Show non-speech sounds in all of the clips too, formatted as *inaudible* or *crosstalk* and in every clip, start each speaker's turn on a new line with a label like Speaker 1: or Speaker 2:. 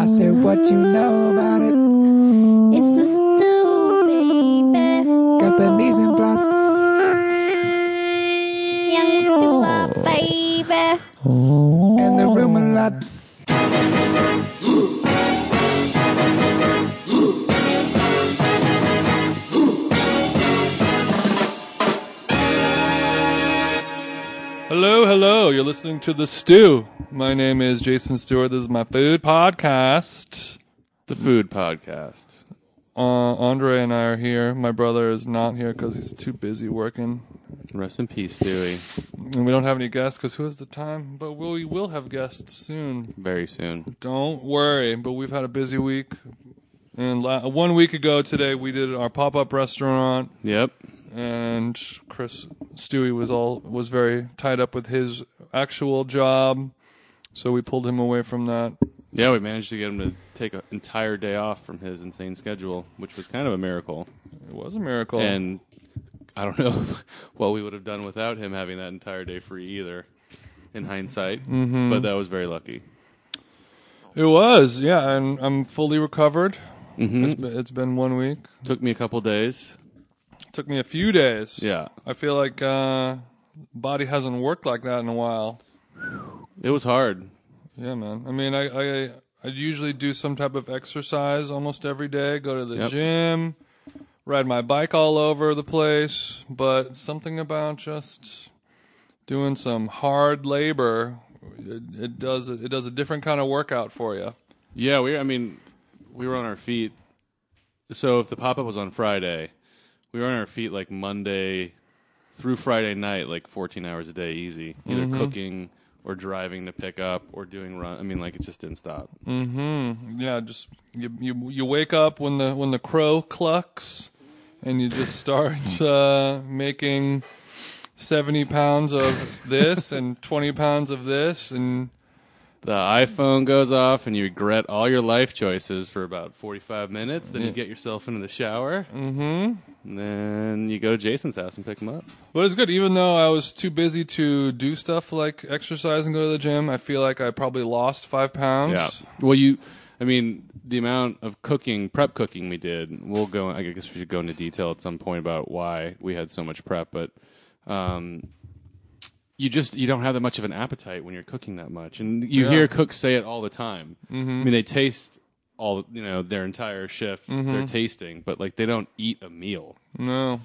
Speaker 1: I said, what you know about it?
Speaker 2: It's the stew, baby.
Speaker 1: Got the mise en place.
Speaker 2: Young stew, baby.
Speaker 1: And the room a lot.
Speaker 3: Hello, hello. You're listening to The Stew. My name is Jason Stewart. This is my food podcast,
Speaker 4: The food podcast.
Speaker 3: uh, Andre and I are here. My brother is not here because he's too busy working,
Speaker 4: Rest in peace, Stewie.
Speaker 3: and we don't have any guests because who has the time? But we will have guests soon.
Speaker 4: Very soon.
Speaker 3: Don't worry. But we've had a busy week, and la- one week ago today we did our pop up restaurant,
Speaker 4: Yep.
Speaker 3: and Chris Stewie was all was very tied up with his actual job, so we pulled him away from that.
Speaker 4: Yeah, we managed to get him to take an entire day off from his insane schedule, which was kind of a miracle.
Speaker 3: It was a miracle.
Speaker 4: And I don't know *laughs* what we would have done without him having that entire day free either, in hindsight. But that was very lucky.
Speaker 3: It was, yeah, and I'm fully recovered.
Speaker 4: Mm-hmm.
Speaker 3: It's been, it's been one week.
Speaker 4: Took me a couple days.
Speaker 3: took me a few days.
Speaker 4: Yeah.
Speaker 3: I feel like uh body hasn't worked like that in a while.
Speaker 4: It was hard.
Speaker 3: Yeah, man. I mean, I I, I usually do some type of exercise almost every day. Go to the
Speaker 4: Yep.
Speaker 3: gym, ride my bike all over the place. But something about just doing some hard labor, it, it does it does a different kind of workout for you.
Speaker 4: Yeah, we. I mean, we were on our feet. So if the pop up was on Friday, we were on our feet like Monday through Friday night, like fourteen hours a day, easy. Either cooking or driving to pick up or doing run. I mean, like it just didn't stop.
Speaker 3: Yeah, just you you you wake up when the when the crow clucks, and you just start *laughs* uh, making seventy pounds of this and twenty pounds of this, and
Speaker 4: The iPhone goes off, and you regret all your life choices for about forty-five minutes. Then you get yourself into the shower, mm-hmm. and then you go to Jason's house and pick him up.
Speaker 3: but it's good. Even though I was too busy to do stuff like exercise and go to the gym, I feel like I probably lost five pounds.
Speaker 4: Yeah. Well, you, I mean, the amount of cooking, prep cooking we did, we'll go, I guess we should go into detail at some point about why we had so much prep, but, um, you just you don't have that much of an appetite when you're cooking that much, and you
Speaker 3: Yeah.
Speaker 4: hear cooks say it all the time. I mean, they taste all you know their entire shift. They're tasting, but like they don't eat a meal.
Speaker 3: No,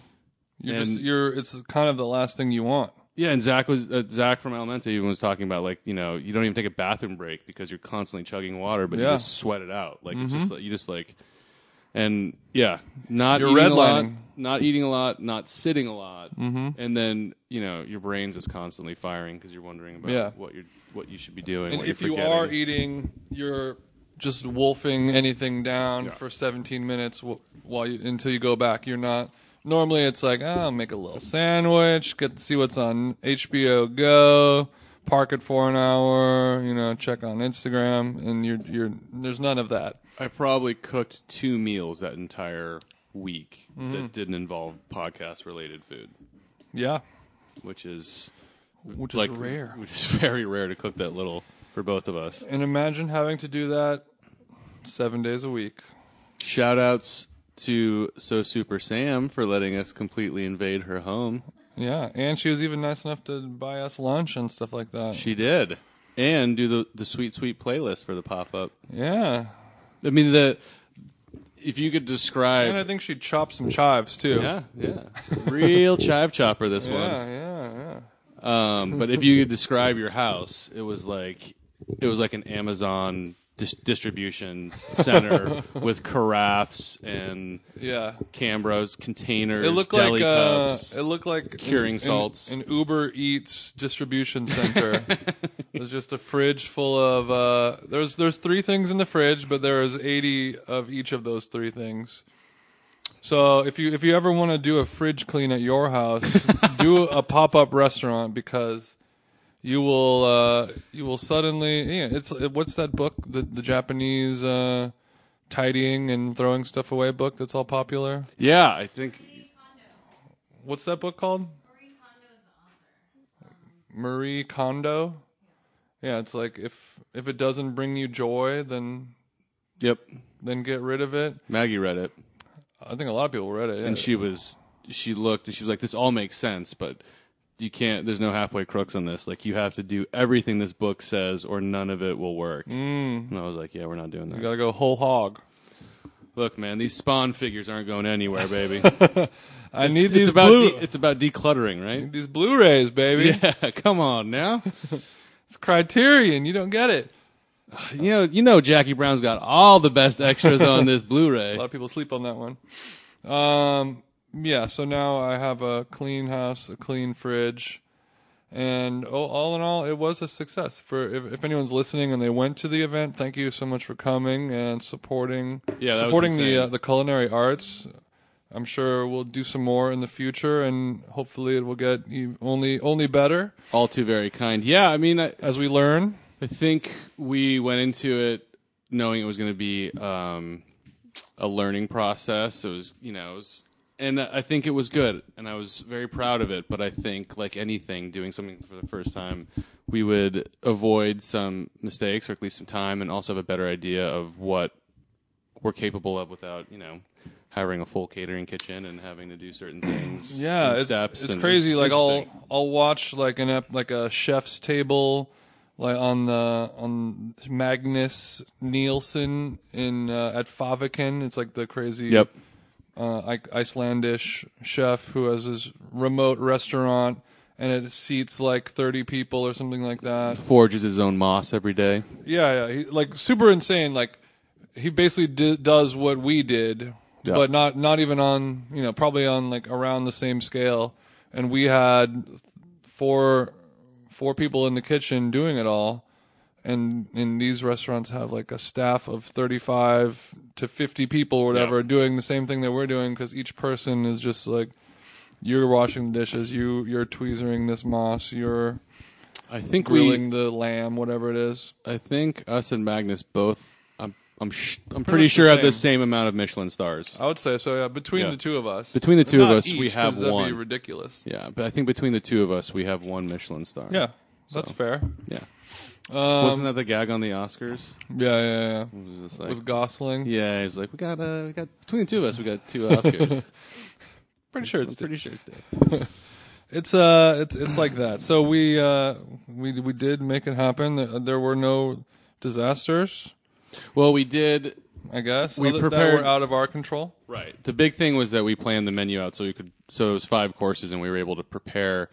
Speaker 3: you're
Speaker 4: And-
Speaker 3: just you're. It's kind of the last thing you want.
Speaker 4: Yeah, and Zach was uh, Zach from Elementa even was talking about like you know you don't even take a bathroom break because you're constantly chugging water, but you
Speaker 3: Yeah. Mm-hmm.
Speaker 4: just sweat it out. Like it's just like, you just like, and yeah, not
Speaker 3: You're
Speaker 4: eating a lot,
Speaker 3: redlining.
Speaker 4: not eating a lot, not sitting a lot, mm-hmm. and then you know your brain's just constantly firing because you're wondering about
Speaker 3: Yeah.
Speaker 4: what you're what you should be doing.
Speaker 3: And
Speaker 4: what
Speaker 3: if
Speaker 4: you're
Speaker 3: you
Speaker 4: forgetting.
Speaker 3: are eating, you're just wolfing anything down for 17 minutes wh- while you, until you go back. You're not. Normally, it's like oh, I'll make a little sandwich, get to see what's on HBO Go, park it for an hour, you know, check on Instagram, and you're you're there's none of that.
Speaker 4: I probably cooked two meals that entire week
Speaker 3: Mm-hmm.
Speaker 4: that didn't involve podcast related food,
Speaker 3: Yeah,
Speaker 4: which is
Speaker 3: which is
Speaker 4: like
Speaker 3: rare.
Speaker 4: which is *laughs* very rare to cook that little for both of us.
Speaker 3: And imagine having to do that seven days a week.
Speaker 4: Shout outs to So Super Sam for letting us completely invade her home.
Speaker 3: Yeah, and she was even nice enough to buy us lunch and stuff like that.
Speaker 4: She did. And do the the sweet sweet playlist for the pop up.
Speaker 3: yeah,
Speaker 4: I mean the if you could
Speaker 3: and I
Speaker 4: describe
Speaker 3: think she chopped some chives too.
Speaker 4: yeah, yeah. Real chive chopper this
Speaker 3: Yeah, yeah, yeah.
Speaker 4: one. Um but if you could describe your house, it was like it was like an Amazon dis- distribution
Speaker 3: *laughs*
Speaker 4: center with carafes and
Speaker 3: Yeah.
Speaker 4: cambros, containers,
Speaker 3: It looked
Speaker 4: deli
Speaker 3: like uh,
Speaker 4: cups.
Speaker 3: it looked like
Speaker 4: curing
Speaker 3: an- an-
Speaker 4: salts.
Speaker 3: An, Uber Eats distribution center. it was just a fridge full of uh, there's there's three things in the fridge, but there is 80 of each of those three things. So if you if you ever want to do a fridge clean at your house, *laughs* do a pop up restaurant because you will uh, you will suddenly yeah it's what's that book the the Japanese uh, tidying and throwing stuff away book that's all popular.
Speaker 4: yeah, I think
Speaker 3: What's that book called? Marie Kondo. Yeah, it's like if if it doesn't bring you joy, then
Speaker 4: Yep.
Speaker 3: then get rid of it.
Speaker 4: Maggie read it,
Speaker 3: I think a lot of people read it. yeah.
Speaker 4: and she was she looked and she was like, "This all makes sense, but you can't. There's no halfway crooks on this. Like you have to do everything this book says, or none of it will work." Mm. And I was like, "Yeah, we're not doing that."
Speaker 3: you gotta go whole hog.
Speaker 4: Look, man, these Spawn figures aren't
Speaker 3: *laughs*
Speaker 4: going anywhere, baby.
Speaker 3: I
Speaker 4: It's-
Speaker 3: need
Speaker 4: it's
Speaker 3: these
Speaker 4: about
Speaker 3: blue.
Speaker 4: de- it's about decluttering, right?
Speaker 3: these Blu-rays, baby.
Speaker 4: *laughs* Yeah, come on now.
Speaker 3: It's Criterion. You don't get it.
Speaker 4: You know, you know, Jackie Brown's got all the best extras
Speaker 3: *laughs*
Speaker 4: on this
Speaker 3: A
Speaker 4: Blu-ray.
Speaker 3: lot of people sleep on that one. Um, yeah. So now I have a clean house, a clean fridge, and oh, all in all, it was a success. For if, if anyone's listening and they went to the event, thank you so much for coming and supporting.
Speaker 4: Yeah, that was
Speaker 3: supporting the
Speaker 4: insane.
Speaker 3: uh, the culinary arts. I'm sure we'll do some more in the future, and hopefully it will get e- only only better
Speaker 4: All too very kind. Yeah, I mean, I,
Speaker 3: as we learn.
Speaker 4: I think we went into it knowing it was going to be um, a learning process. It was, you know, it was, and I think it was good, and I was very proud of it. But I think, like anything, doing something for the first time, we would avoid some mistakes, or at least some time, and also have a better idea of what we're capable of without, you know. Hiring a full catering kitchen and having to do certain
Speaker 3: *clears throat*
Speaker 4: things.
Speaker 3: Yeah,
Speaker 4: and
Speaker 3: it's,
Speaker 4: steps
Speaker 3: it's
Speaker 4: and
Speaker 3: crazy.
Speaker 4: was
Speaker 3: like I'll
Speaker 4: interesting.
Speaker 3: I'll watch like an ep, like a chef's table, like on the on Magnus Nielsen in uh, at Favaken. It's like the crazy
Speaker 4: Yep.
Speaker 3: uh, I- Icelandish chef who has his remote restaurant and it seats like thirty people or something like that.
Speaker 4: Forges his own moss every day.
Speaker 3: Yeah, yeah. He, like super insane. Like he basically di- does what we did,
Speaker 4: Yeah.
Speaker 3: but not not even on you know probably on like around the same scale. And we had four four people in the kitchen doing it all. And and these restaurants have like a staff of thirty five to fifty people or whatever doing the same thing that we're doing because each person is just like you're washing the dishes, you you're tweezering this moss, you're
Speaker 4: I think we
Speaker 3: grilling the lamb, whatever it is.
Speaker 4: I think us and Magnus both. I'm I'm sh-
Speaker 3: Pretty
Speaker 4: I'm pretty
Speaker 3: much
Speaker 4: sure
Speaker 3: the
Speaker 4: have the
Speaker 3: same.
Speaker 4: same amount of Michelin stars.
Speaker 3: I would say so. Yeah, between
Speaker 4: Yeah.
Speaker 3: the two of us.
Speaker 4: Between the two
Speaker 3: Not
Speaker 4: of us,
Speaker 3: each,
Speaker 4: we
Speaker 3: 'cause
Speaker 4: have
Speaker 3: that'd
Speaker 4: one.
Speaker 3: Be ridiculous.
Speaker 4: Yeah, but I think between the two of us, we have one Michelin star.
Speaker 3: Yeah, Um, that's fair.
Speaker 4: yeah. Wasn't that the gag on the Oscars?
Speaker 3: Yeah, yeah, yeah.
Speaker 4: It was just like-
Speaker 3: With Gosling,
Speaker 4: yeah, he's like, we got uh, we got between the two of us, we
Speaker 3: *laughs*
Speaker 4: got two Oscars.
Speaker 3: pretty sure it's
Speaker 4: pretty sure it's Dave.
Speaker 3: *laughs* it's uh it's it's like that. So we uh we we did make it happen. There- There were no disasters,
Speaker 4: Well, we did.
Speaker 3: I guess.
Speaker 4: We
Speaker 3: other- that
Speaker 4: prepared-
Speaker 3: were out of our control.
Speaker 4: Right. The big thing was that we planned the menu out so we could so it was five courses and we were able to prepare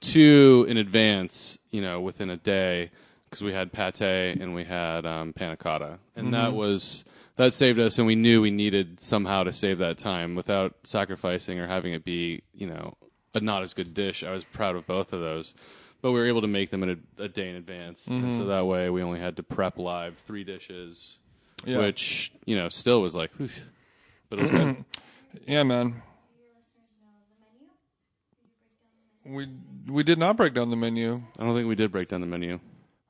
Speaker 4: two in advance, you know, within a day because we had pate and we had um, panna cotta. And that was that saved us and we knew we needed somehow to save that time without sacrificing or having it be, you know, a not as good dish. I was proud of both of those. But we were able to make them in a, a day in advance. And so that way we only had to prep live three dishes,
Speaker 3: Yeah.
Speaker 4: which, you know, still was like, oof, but it was good.
Speaker 3: Yeah, man. We we did not break down the menu.
Speaker 4: I don't think we did break down the menu.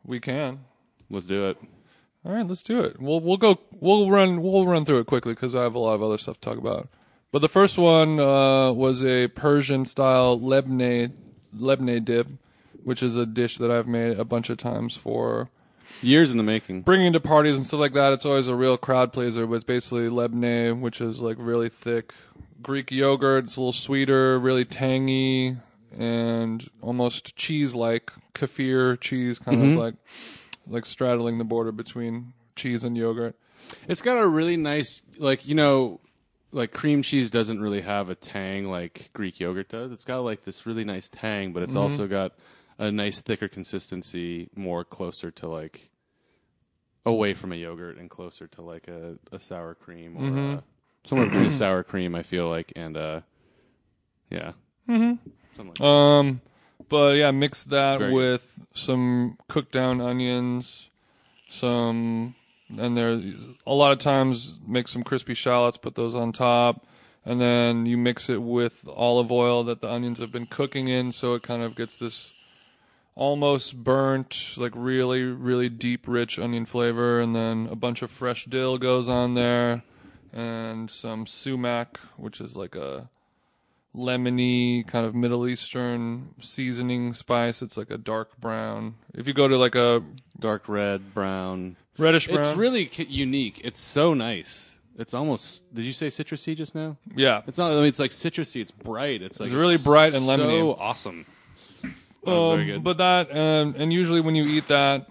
Speaker 3: We can.
Speaker 4: Let's do it.
Speaker 3: All right, let's do it. We'll we'll go. We'll run. We'll run through it quickly because I have a lot of other stuff to talk about. But the first one uh, was a Persian style lebne lebne dip, which is a dish that I've made a bunch of times for
Speaker 4: Years in the making.
Speaker 3: bringing to parties and stuff like that. It's always a real crowd pleaser. But it's basically lebne, which is like really thick Greek yogurt. It's a little sweeter, really tangy, and almost cheese like kefir cheese, kind of like like straddling the border between cheese and yogurt.
Speaker 4: It's got a really nice, like you know, like cream cheese doesn't really have a tang like Greek yogurt does. It's got like this really nice tang, but it's also got a nice thicker consistency, more closer to like away from a yogurt and closer to like a, a sour cream or uh somewhere between a sour cream. I feel like and uh, yeah,
Speaker 3: Um, but yeah, mix that
Speaker 4: Very good.
Speaker 3: with some cooked down onions, some, and there a lot of times make some crispy shallots, put those on top, and then you mix it with olive oil that the onions have been cooking in, so it kind of gets this almost burnt, like really, really deep, rich onion flavor, and then a bunch of fresh dill goes on there, and some sumac, which is like a lemony kind of Middle Eastern seasoning spice. It's like a dark brown. If you go to like a
Speaker 4: dark red, brown.
Speaker 3: reddish brown,
Speaker 4: It's really ki- unique. It's so nice. It's almost. Did you say citrusy just now?
Speaker 3: yeah.
Speaker 4: It's not. I mean, it's like citrusy. It's bright. It's like
Speaker 3: It's really bright and
Speaker 4: So
Speaker 3: lemony.
Speaker 4: awesome. That was very
Speaker 3: Um,
Speaker 4: good.
Speaker 3: but that um, and usually when you eat that,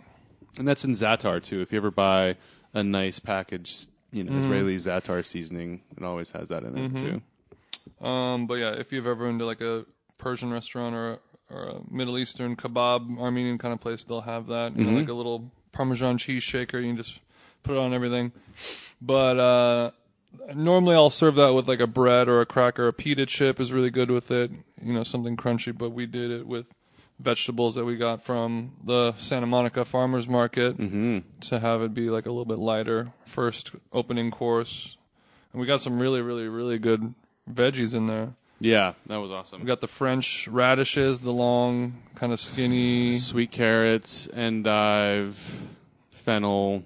Speaker 4: and that's in zatar too. If you ever buy a nice package, you
Speaker 3: Mm-hmm.
Speaker 4: know Israeli zatar seasoning, it always has that in it too.
Speaker 3: Um, but yeah, if you've ever been to like a Persian restaurant or a, or a Middle Eastern kebab, Armenian kind of place, they'll have that. You know, like a little Parmesan cheese shaker. You can just put it on everything. But uh, normally I'll serve that with like a bread or a cracker. A pita chip is really good with it. You know, something crunchy. But we did it with vegetables that we got from the Santa Monica Farmers Market to have it be like a little bit lighter first opening course. And we got some really, really, really good veggies in there.
Speaker 4: Yeah, that was
Speaker 3: We
Speaker 4: awesome.
Speaker 3: got the French radishes, the long, kind of skinny,
Speaker 4: Sweet carrots, endive, fennel.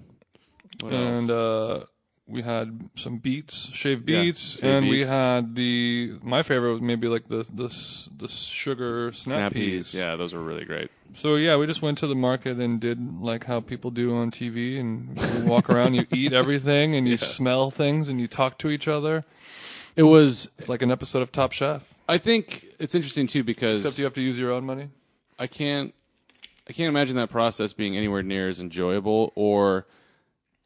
Speaker 4: What
Speaker 3: and
Speaker 4: else?
Speaker 3: uh, we had some beets, shaved
Speaker 4: Yeah,
Speaker 3: beets,
Speaker 4: shaved
Speaker 3: and we
Speaker 4: beets.
Speaker 3: had the my favorite was maybe like the the s- the sugar snap,
Speaker 4: Snap peas. Yeah, those were really great.
Speaker 3: So yeah, we just went to the market and did like how people do on TV, and you walk around, you
Speaker 4: *laughs*
Speaker 3: eat everything, and you smell things, and you talk to each other.
Speaker 4: It was.
Speaker 3: It's like an episode of Top Chef,
Speaker 4: I think it's interesting too because
Speaker 3: except you have to use your own money.
Speaker 4: I can't I can't imagine that process being anywhere near as enjoyable or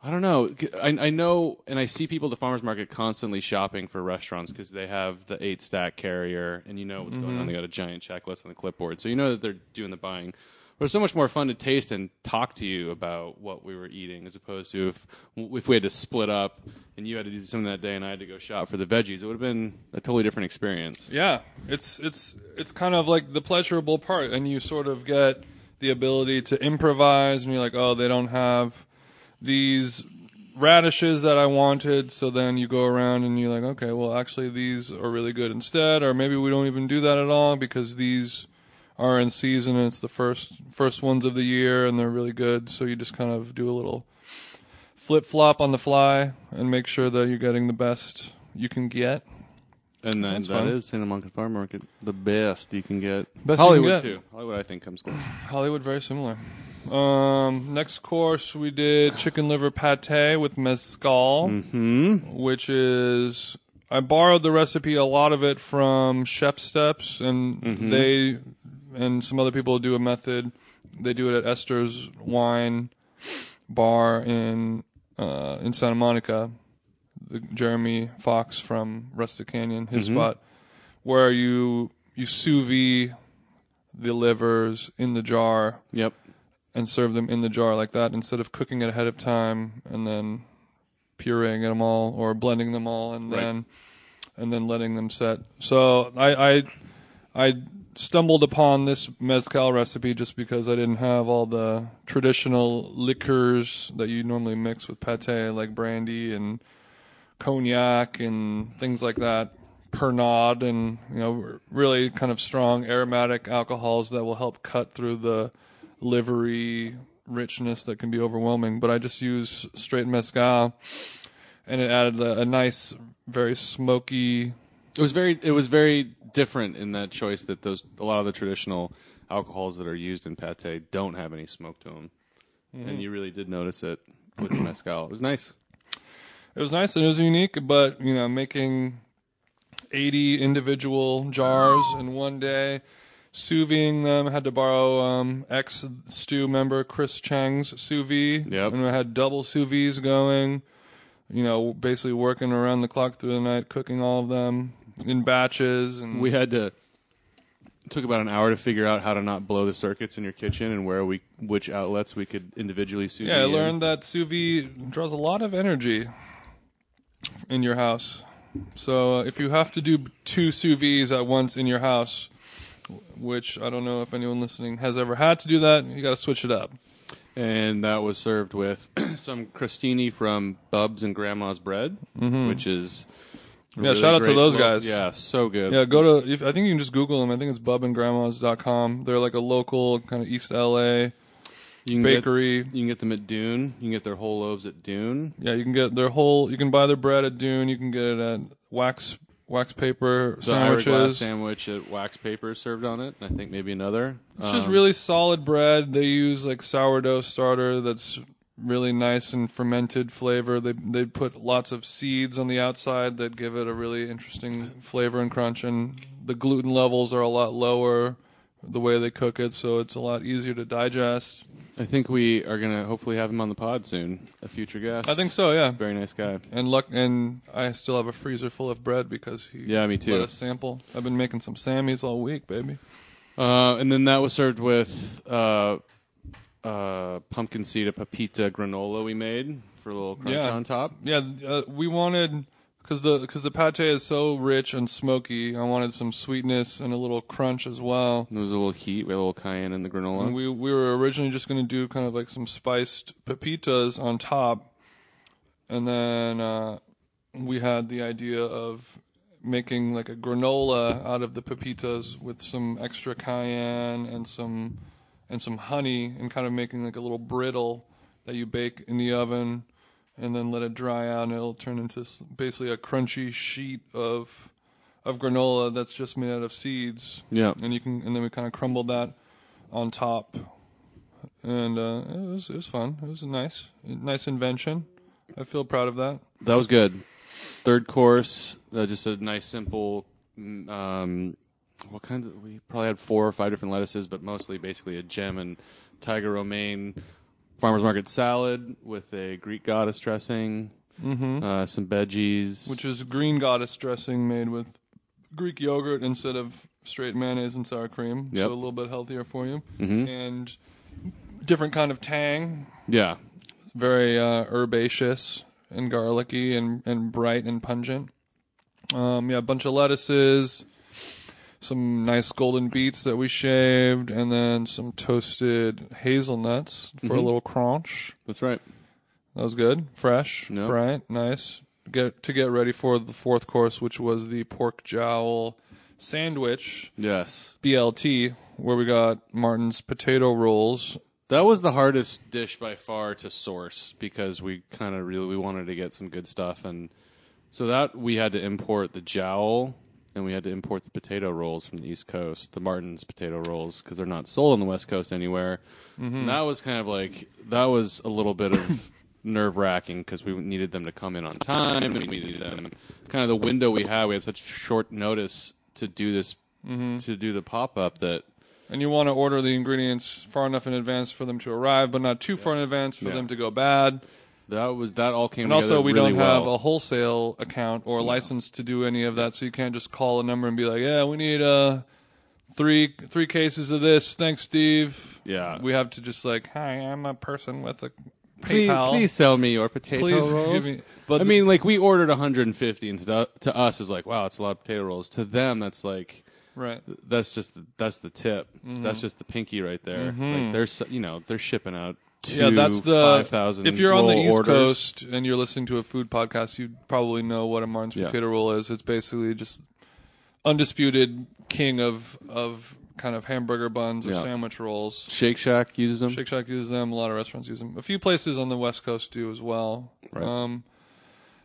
Speaker 4: I don't know. I, I know, and I see people at the farmers market constantly shopping for restaurants because they have the eight stack carrier, and you know what's going on. They got a giant checklist on the clipboard, so you know that they're doing the buying. But it's so much more fun to taste and talk to you about what we were eating, as opposed to if if we had to split up and you had to do something that day and I had to go shop for the veggies. It would have been a totally different experience.
Speaker 3: Yeah, it's it's it's kind of like the pleasurable part, and you sort of get the ability to improvise, and you're like, oh, they don't have these radishes that I wanted, so then you go around and you're like, okay, well, actually, these are really good instead, or maybe we don't even do that at all because these are in season and it's the first first ones of the year and they're really good, so you just kind of do a little flip flop on the fly and make sure that you're getting the best you can get.
Speaker 4: And then
Speaker 3: That's
Speaker 4: that
Speaker 3: fun.
Speaker 4: is Santa Monica Farm Market, the best you can get.
Speaker 3: Best you
Speaker 4: Hollywood
Speaker 3: can get.
Speaker 4: too. Hollywood, I think, comes close.
Speaker 3: Hollywood, very similar. Um, next course, we did chicken liver pate with mezcal, which is I borrowed the recipe, a lot of it from Chef Steps, and they and some other people do a method. They do it at Esther's Wine Bar in uh, in Santa Monica. The Jeremy Fox from Rustic Canyon, his spot, where you you sous vide the livers in the jar
Speaker 4: yep.
Speaker 3: and serve them in the jar like that instead of cooking it ahead of time and then pureeing them all or blending them all and
Speaker 4: Right.
Speaker 3: then and then letting them set. So I I I stumbled upon this mezcal recipe just because I didn't have all the traditional liquors that you normally mix with pate like brandy and cognac and things like that. Pernod and you know really kind of strong aromatic alcohols that will help cut through the livery richness that can be overwhelming. But I just use straight mezcal, and it added a, a nice, very smoky.
Speaker 4: It was very. It was very different in that choice that those a lot of the traditional alcohols that are used in pate don't have any smoke to them,
Speaker 3: Mm-hmm.
Speaker 4: and you really did notice it with the mezcal. It was nice.
Speaker 3: It was nice and it was unique, but you know, making eighty individual jars in one day. Sous videing them, had to borrow um, ex stew member Chris Chang's sous vide,
Speaker 4: Yep.
Speaker 3: and we had double sous vides going. You know, basically working around the clock through the night, cooking all of them in batches. And
Speaker 4: We had to. It took about an hour to figure out how to not blow the circuits in your kitchen and where we which outlets we could individually sous
Speaker 3: Yeah, I
Speaker 4: vide in.
Speaker 3: learned that sous vide draws a lot of energy in your house. So uh, if you have to do two sous vides at once in your house, which I don't know if anyone listening has ever had to do that, you got to switch it up.
Speaker 4: and that was served with *clears throat* some crostini from Bubs and Grandma's Bread, which is a
Speaker 3: Mm-hmm. Yeah, shout out to
Speaker 4: great
Speaker 3: those
Speaker 4: little-
Speaker 3: guys.
Speaker 4: Yeah, so good.
Speaker 3: Yeah, go to. If, I think you can just Google them. I think it's bubandgrandmas.com. They're like a local kind of East LA
Speaker 4: you can
Speaker 3: bakery.
Speaker 4: Get, you can get them at Dune. You can get their whole loaves at Dune.
Speaker 3: Yeah, you can get their whole. You can buy their bread at Dune. You can get it at Wax wax paper
Speaker 4: the Ira Glass
Speaker 3: sandwiches.
Speaker 4: sandwich that wax paper is served on it. and I think maybe another.
Speaker 3: It's just
Speaker 4: Um,
Speaker 3: really solid bread. They use like sourdough starter that's really nice and fermented flavor. They they put lots of seeds on the outside that give it a really interesting flavor and crunch. And the gluten levels are a lot lower the way they cook it, so it's a lot easier to digest.
Speaker 4: I think we are gonna hopefully have him on the pod soon. A future guest.
Speaker 3: I think so, yeah.
Speaker 4: Very nice guy.
Speaker 3: And luck, and I still have a freezer full of bread because he
Speaker 4: Yeah, me too.
Speaker 3: let us sample. I've been making some Sammys all week, baby.
Speaker 4: Uh, and then that was served with uh, uh, pumpkin seed, a papita granola we made for a little crunch
Speaker 3: Yeah.
Speaker 4: on top.
Speaker 3: Yeah, th- uh, we wanted because the because the pate is so rich and smoky. I wanted some sweetness and a little crunch as well.
Speaker 4: There was a little heat with a little cayenne in the granola.
Speaker 3: And we we were originally just gonna do kind of like some spiced pepitas on top, and then uh, we had the idea of making like a granola out of the pepitas with some extra cayenne and some and some honey and kind of making like a little brittle that you bake in the oven and then let it dry out and it'll turn into s- basically a crunchy sheet of of granola that's just made out of seeds
Speaker 4: Yeah.
Speaker 3: and you can and then we kind of crumbled that on top and uh, it was it was fun it was a nice nice invention i feel proud of that
Speaker 4: That was good. Third course, uh, just a nice simple. mm, Um, what kinds? Of, we probably had four or five different lettuces, but mostly basically a gem and tiger romaine farmers market salad with a Greek goddess dressing, uh, some veggies.
Speaker 3: Mm-hmm. which is green goddess dressing made with Greek yogurt instead of straight mayonnaise and sour cream,
Speaker 4: Yep.
Speaker 3: so a little bit healthier for you, and different kind of tang,
Speaker 4: yeah,
Speaker 3: very uh, herbaceous and garlicky and and bright and pungent. Um, yeah, a bunch of lettuces, some nice golden beets that we shaved, and then some toasted hazelnuts for a little crunch.
Speaker 4: that's right.
Speaker 3: That was good. Fresh,
Speaker 4: Yeah.
Speaker 3: bright, nice. Get to get ready for the fourth course, which was the pork jowl sandwich
Speaker 4: Yes,
Speaker 3: BLT, where we got Martin's potato rolls.
Speaker 4: That was the hardest dish by far to source because we kind of really we wanted to get some good stuff and so that we had to import the jowl and we had to import the potato rolls from the East Coast, the Martin's potato rolls because they're not sold on the West Coast anywhere.
Speaker 3: Mm-hmm.
Speaker 4: And that was kind of like that was a little bit of *laughs* nerve wracking because we needed them to come in on time. and We needed them kind of the window we had. We had such short notice to do this
Speaker 3: Mm-hmm.
Speaker 4: to do the pop up that
Speaker 3: And you want to order the ingredients far enough in advance for them to arrive, but not too far in advance for
Speaker 4: Yeah.
Speaker 3: them to go bad.
Speaker 4: that was that all came
Speaker 3: And
Speaker 4: together
Speaker 3: also, we
Speaker 4: really
Speaker 3: don't have
Speaker 4: well.
Speaker 3: a wholesale account or license to do any of that, so you can't just call a number and be like, "Yeah, we need uh three three cases of this." Thanks, Steve.
Speaker 4: Yeah.
Speaker 3: we have to just like, "Hi, I'm a person with a
Speaker 4: please,
Speaker 3: PayPal."
Speaker 4: please sell me your potato
Speaker 3: Please
Speaker 4: rolls.
Speaker 3: give me- but
Speaker 4: I
Speaker 3: the-
Speaker 4: mean, like we ordered 150, and to, the- to us is like, wow, it's a lot of potato rolls. To them, that's like,
Speaker 3: Right.
Speaker 4: that's just the, that's the tip.
Speaker 3: Mm-hmm.
Speaker 4: That's just the pinky right there. Like they're s- you know they're shipping out. Two,
Speaker 3: Yeah, that's the.
Speaker 4: 5,000
Speaker 3: if you're on the
Speaker 4: roll
Speaker 3: East
Speaker 4: orders.
Speaker 3: Coast and you're listening to a food podcast, you probably know what a Martin's
Speaker 4: Yeah.
Speaker 3: potato roll is. It's basically just undisputed king of of kind of hamburger buns or
Speaker 4: Yeah.
Speaker 3: sandwich rolls.
Speaker 4: Shake Shack uses them.
Speaker 3: Shake Shack uses them. A lot of restaurants use them. A few places on the West Coast do as well.
Speaker 4: Right.
Speaker 3: Um,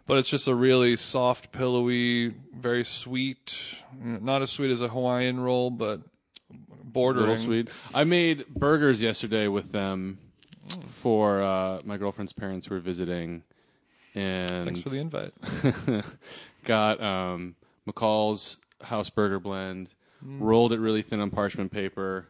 Speaker 3: but it's just a really soft, pillowy, very sweet. Not as sweet as a Hawaiian roll, but bordering.
Speaker 4: Little sweet. I made burgers yesterday with them for uh, my girlfriend's parents who were visiting, and
Speaker 3: Thanks for the invite.
Speaker 4: *laughs* got um, McCall's house burger blend, rolled it really thin on parchment paper,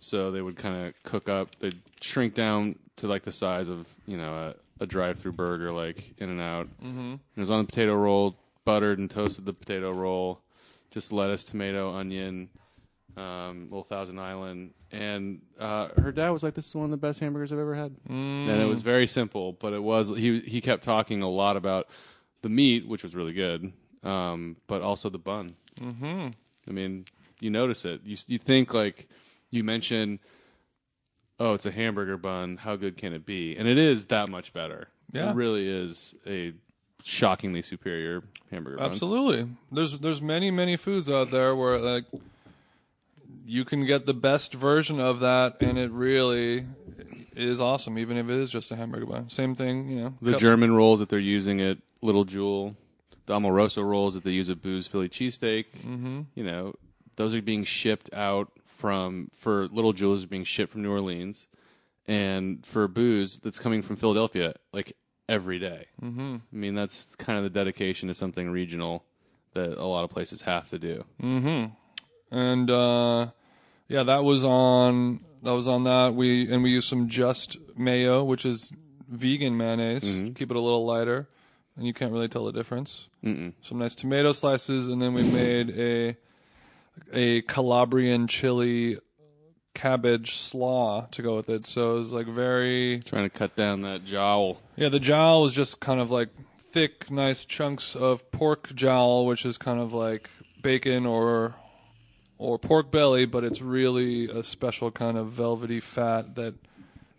Speaker 4: so they would kind of cook up. They'd shrink down to like the size of you know a, a drive-through burger, like In and Out. Mm-hmm. It was on the potato roll, buttered and toasted the potato roll, just lettuce, tomato, onion. Um, little Thousand Island, and uh, her dad was like, "This is one of the best hamburgers I've ever had," and it was very simple, but it was he he kept talking a lot about the meat, which was really good, um, but also the bun. Mm-hmm. I mean, you notice it. You you think like you mention, oh, it's a hamburger bun. How good can it be? And it is that much better.
Speaker 3: Yeah.
Speaker 4: it really is a shockingly superior hamburger bun.
Speaker 3: Absolutely. There's there's many many foods out there where like you can get the best version of that, and it really is awesome, even if it is just a hamburger bun. Same thing, you know.
Speaker 4: The
Speaker 3: cup-
Speaker 4: German rolls that they're using at Little Jewel. the Amoroso rolls that they use at Boo's Philly cheesesteak. Mm-hmm. You know, those are being shipped out from for Little Jewelers being shipped from New Orleans, and for Boo's that's coming from Philadelphia like every Mm-hmm. I mean, that's kind of the dedication to something regional that a lot of places have to do.
Speaker 3: and uh, yeah, that was on that was on that. We and we used some just mayo, which is vegan mayonnaise. Keep it a little lighter, and you can't really tell the difference. mm Some nice tomato slices, and then we made a a Calabrian chili cabbage slaw to go with it. So it was like very
Speaker 4: Trying to cut down that jowl.
Speaker 3: yeah, the jowl was just kind of like thick, nice chunks of pork jowl, which is kind of like bacon or or pork belly, but it's really a special kind of velvety fat that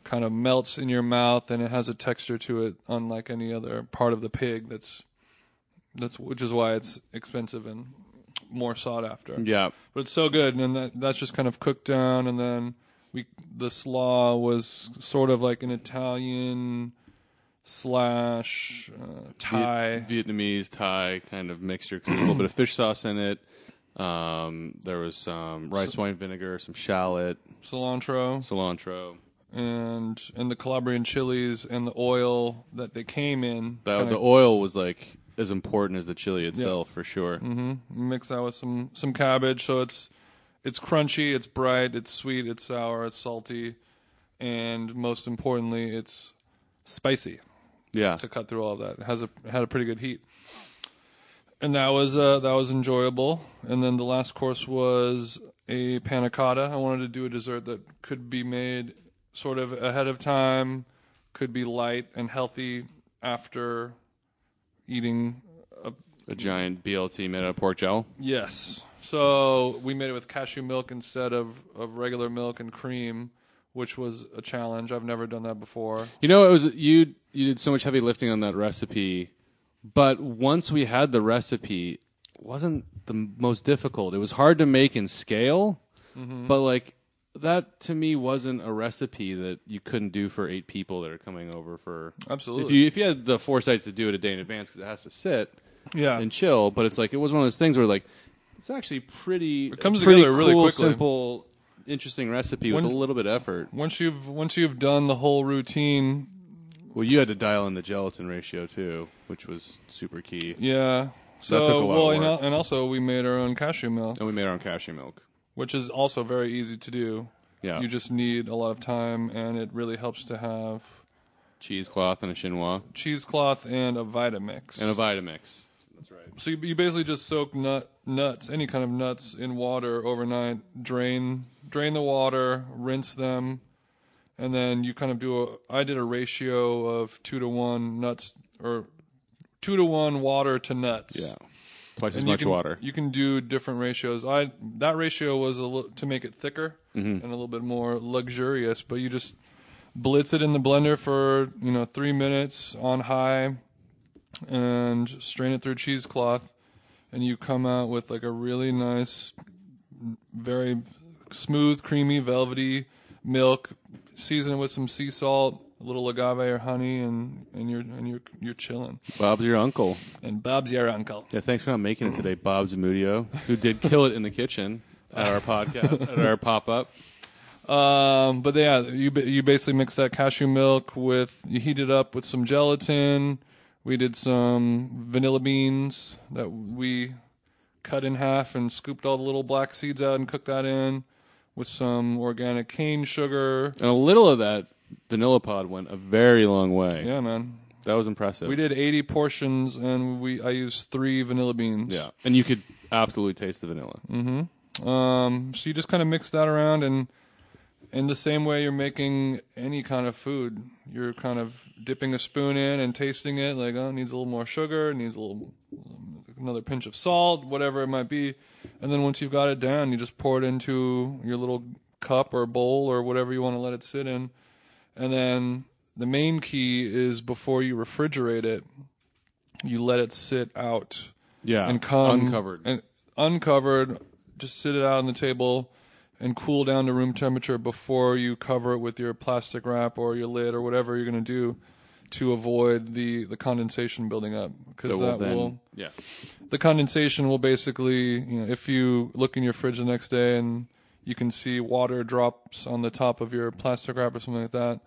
Speaker 3: kind of melts in your mouth and it has a texture to it unlike any other part of the pig that's that's which is why it's expensive and more sought after
Speaker 4: Yeah.
Speaker 3: but it's so good and then that, that's just kind of cooked down and then we the slaw was sort of like an italian slash uh, thai
Speaker 4: Viet- Vietnamese Thai kind of mixture. 'cause there's a little bit of fish sauce in it. Um, there was some rice wine vinegar, some shallot,
Speaker 3: cilantro
Speaker 4: cilantro.
Speaker 3: and and the calabrian chilies and the oil that they came in
Speaker 4: The,
Speaker 3: kinda
Speaker 4: the oil was like as important as the chili itself for sure.
Speaker 3: mix that with some some cabbage so it's it's crunchy it's bright it's sweet it's sour it's salty and most importantly it's spicy
Speaker 4: Yeah,
Speaker 3: to cut through all of that. It has a had a pretty good heat, and that was uh, that was enjoyable. And then the last course was a panna cotta. I wanted to do a dessert that could be made sort of ahead of time, could be light and healthy after eating.
Speaker 4: a giant BLT made out of pork jowl.
Speaker 3: Yes, so we made it with cashew milk instead of of regular milk and cream. Which was a challenge. I've never done that before.
Speaker 4: You know, it was you. You did so much heavy lifting on that recipe, but once we had the recipe, it wasn't the m- most difficult. It was hard to make in scale,
Speaker 3: Mm-hmm.
Speaker 4: but like that to me wasn't a recipe that you couldn't do for eight people that are coming over for.
Speaker 3: Absolutely.
Speaker 4: If you if you had the foresight to do it a day in advance because it has to sit
Speaker 3: yeah.
Speaker 4: and chill, but it's like it was one of those things where like it's actually pretty. It
Speaker 3: comes
Speaker 4: pretty
Speaker 3: together really
Speaker 4: cool,
Speaker 3: quickly.
Speaker 4: Simple, interesting recipe with
Speaker 3: When-
Speaker 4: a little bit of effort.
Speaker 3: Once you've once you've done the whole routine,
Speaker 4: Well, you had to dial in the gelatin ratio too, which was super key.
Speaker 3: Yeah. So
Speaker 4: took a lot
Speaker 3: well,
Speaker 4: of
Speaker 3: and,
Speaker 4: work.
Speaker 3: al- and also we made our own cashew milk,
Speaker 4: And we made our own cashew milk.
Speaker 3: which is also very easy to do.
Speaker 4: Yeah.
Speaker 3: You just need a lot of time, and it really helps to have
Speaker 4: Cheesecloth and a chinois.
Speaker 3: cheesecloth and a Vitamix.
Speaker 4: And a Vitamix. That's right.
Speaker 3: so you, you basically just soak nut nuts, any kind of nuts, in water overnight. Drain drain the water, rinse them, and then you kind of do a. I did a ratio of two to one nuts or two to one water to nuts.
Speaker 4: Yeah. Twice as
Speaker 3: And you
Speaker 4: much
Speaker 3: can-
Speaker 4: water.
Speaker 3: You can do different ratios. I that ratio was a little to make it thicker and
Speaker 4: Mm-hmm.
Speaker 3: a little bit more luxurious, but you just blitz it in the blender for you know three minutes on high, and strain it through cheesecloth, and you come out with like a really nice, very smooth, creamy, velvety milk. Season it with some sea salt, a little agave or honey, and and you're and you're you're chilling.
Speaker 4: Bob's your uncle.
Speaker 3: And Bob's your uncle.
Speaker 4: Yeah, thanks for not making it today, Bob Zamudio, who did kill it in the kitchen at our
Speaker 3: *laughs*
Speaker 4: podcast, at our pop up.
Speaker 3: Um, but yeah, you ba- you basically mix that cashew milk with you heat it up with some gelatin. We did some vanilla beans that we cut in half and scooped all the little black seeds out and cooked that in with some organic cane sugar.
Speaker 4: And a little of that vanilla pod went a very long way.
Speaker 3: Yeah, man.
Speaker 4: That was impressive.
Speaker 3: We did 80 portions and we I used 3 vanilla beans.
Speaker 4: Yeah. And you could absolutely taste the vanilla.
Speaker 3: Mm. Um, so you just kind of mix that around, and in the same way you're making any kind of food, you're kind of dipping a spoon in and tasting it. Like, oh, it needs a little more sugar, it needs a little another pinch of salt, whatever it might be. And then once you've got it down, you just pour it into your little cup or bowl or whatever you want to let it sit in. And then the main key is before you refrigerate it, you let it sit out
Speaker 4: Yeah.
Speaker 3: and come
Speaker 4: Uncovered.
Speaker 3: and uncovered. Just sit it out on the table and cool down to room temperature before you cover it with your plastic wrap or your lid or whatever you're going to do. to avoid the the condensation building up because
Speaker 4: That
Speaker 3: that
Speaker 4: will then-
Speaker 3: will
Speaker 4: yeah.
Speaker 3: the condensation will basically, you know, if you look in your fridge the next day and you can see water drops on the top of your plastic wrap or something like that,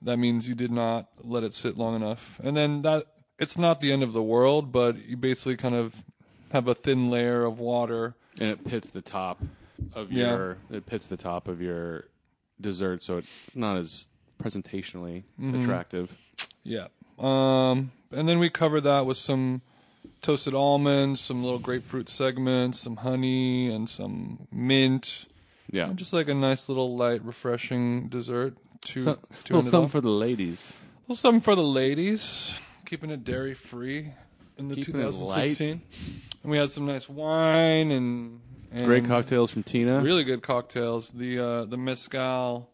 Speaker 3: that means you did not let it sit long enough. And then that it's not the end of the world, but you basically kind of have a thin layer of water.
Speaker 4: and it pits the top of
Speaker 3: Yeah.
Speaker 4: your it pits the top of your dessert, so it's not as presentationally
Speaker 3: Mm-hmm.
Speaker 4: attractive.
Speaker 3: Yeah. Um, and then we covered that with some toasted almonds, some little grapefruit segments, some honey, and some mint.
Speaker 4: Yeah,
Speaker 3: Uh, Just like a nice little light, refreshing dessert. To,
Speaker 4: so,
Speaker 3: to
Speaker 4: well,
Speaker 3: end it
Speaker 4: some
Speaker 3: off.
Speaker 4: for the ladies.
Speaker 3: Well, something for the ladies, keeping it dairy free in the
Speaker 4: Keeping it light.
Speaker 3: 2016. And we had some nice wine and, and
Speaker 4: Great cocktails from Tina.
Speaker 3: really good cocktails. The uh, the mezcal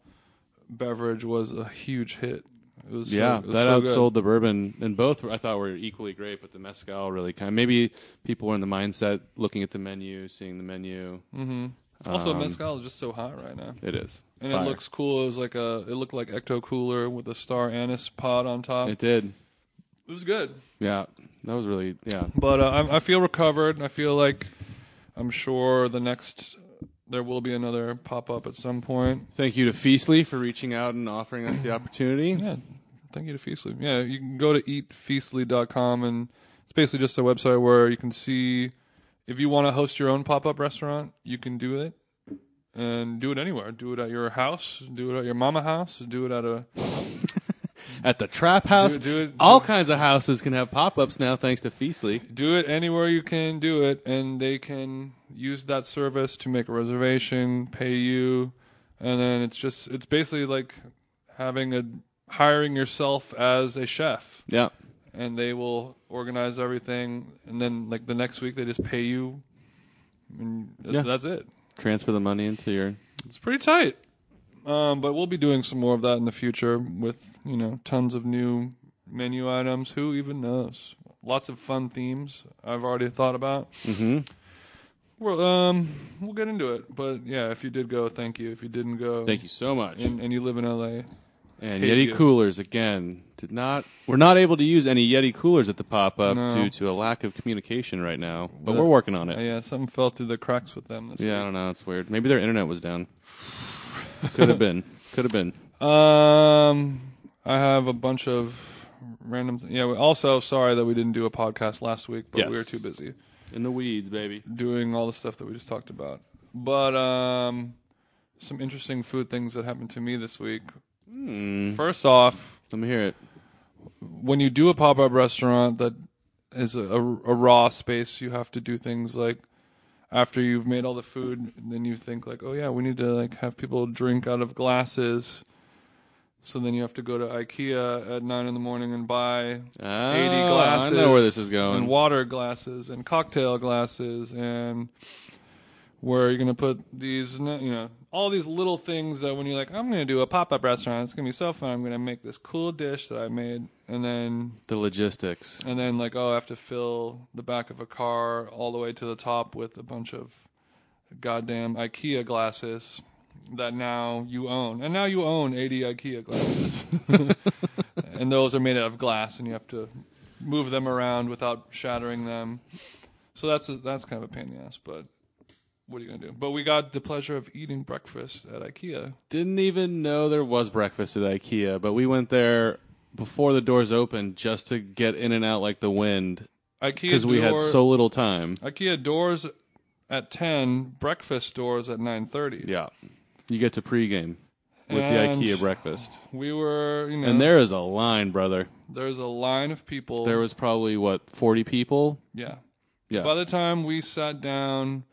Speaker 3: beverage was a huge hit. It was so-
Speaker 4: Yeah,
Speaker 3: it was
Speaker 4: that
Speaker 3: so good.
Speaker 4: outsold the bourbon, and both were- I thought were equally great. But the mezcal really kind of maybe people were in the mindset looking at the menu, seeing the menu.
Speaker 3: Mm. Also, mezcal is just so hot right now,
Speaker 4: It is,
Speaker 3: and
Speaker 4: um, Fire.
Speaker 3: it looks cool. It was like a it looked like ecto cooler with a star anise pod on top.
Speaker 4: It
Speaker 3: It,
Speaker 4: did.
Speaker 3: was good,
Speaker 4: Yeah, that was really yeah.
Speaker 3: but uh, I'm, I feel recovered. and I feel like I'm sure the next there will be another pop up at some point.
Speaker 4: Thank you to Feastly for reaching out and offering us the
Speaker 3: *laughs*
Speaker 4: opportunity.
Speaker 3: Yeah. Thank you to Feastly. Yeah, you can go to eatfeastly.com and it's basically just a website where you can see if you want to host your own pop-up restaurant, you can do it and do it anywhere. Do it at your house, do it at your mama house, do it at a
Speaker 4: at the trap house.
Speaker 3: Do- do it-
Speaker 4: All kinds of houses can have pop ups now thanks to Feastly.
Speaker 3: do it anywhere you can do it and they can use that service to make a reservation, pay you, and then it's just it's basically like having a hiring yourself as a chef.
Speaker 4: Yeah.
Speaker 3: and they will organize everything and then like the next week they just pay you and that's,
Speaker 4: Yeah.
Speaker 3: that's it
Speaker 4: Transfer the money into your.
Speaker 3: it's pretty tight um, but we'll be doing some more of that in the future with you know tons of new menu items who even knows lots of fun themes i've already thought about
Speaker 4: Mm-hmm.
Speaker 3: we'll, um, we'll get into it but yeah if you did go thank you if you didn't go
Speaker 4: Thank you so much.
Speaker 3: and, and you live in la
Speaker 4: And
Speaker 3: Hate
Speaker 4: Yeti
Speaker 3: you.
Speaker 4: coolers again did not. We're not able to use any Yeti coolers at the pop up
Speaker 3: No.
Speaker 4: due to a lack of communication right now, but
Speaker 3: Yeah.
Speaker 4: we're working on it.
Speaker 3: yeah something fell through the cracks with them this
Speaker 4: Yeah, I don't know. It's weird. Maybe their internet was *laughs* down. Could have been. Could have been.
Speaker 3: Um, I have a bunch of random. yeah. We also, sorry that we didn't do a podcast last week, but we
Speaker 4: Yes.
Speaker 3: were too busy
Speaker 4: In the weeds, baby.
Speaker 3: doing all the stuff that we just talked about. But um, some interesting food things that happened to me this week.
Speaker 4: Hmm.
Speaker 3: First off,
Speaker 4: Let me hear it.
Speaker 3: when you do a pop up restaurant that is a, a, a raw space, you have to do things like after you've made all the food, then you think like, oh yeah, we need to like have people drink out of glasses. So then you have to go to IKEA at nine in the morning and buy
Speaker 4: Ah,
Speaker 3: eighty glasses.
Speaker 4: I know where this is going.
Speaker 3: And water glasses and cocktail glasses and where you're gonna put these, n- you know, all these little things that when you're like, I'm gonna do a pop up restaurant, it's gonna be so fun. I'm gonna make this cool dish that I made, and then
Speaker 4: the logistics.
Speaker 3: and then like, oh, I have to fill the back of a car all the way to the top with a bunch of goddamn IKEA glasses that now you own, and now you own 80 IKEA glasses, *laughs* and those are made out of glass, and you have to move them around without shattering them. So that's a, that's kind of a pain in the ass, but. What are you gonna do? But we got the pleasure of eating breakfast at IKEA.
Speaker 4: Didn't even know there was breakfast at IKEA, but we went there before the doors opened just to get in and out like the wind
Speaker 3: IKEA
Speaker 4: because we had
Speaker 3: door-
Speaker 4: so little time.
Speaker 3: IKEA doors at ten, breakfast doors at nine thirty.
Speaker 4: Yeah. You get to pregame with
Speaker 3: And-
Speaker 4: the IKEA breakfast.
Speaker 3: We were, you know,
Speaker 4: And there is a line, brother.
Speaker 3: there's a line of people.
Speaker 4: There was probably what 40 people.
Speaker 3: yeah.
Speaker 4: Yeah.
Speaker 3: By the time we sat down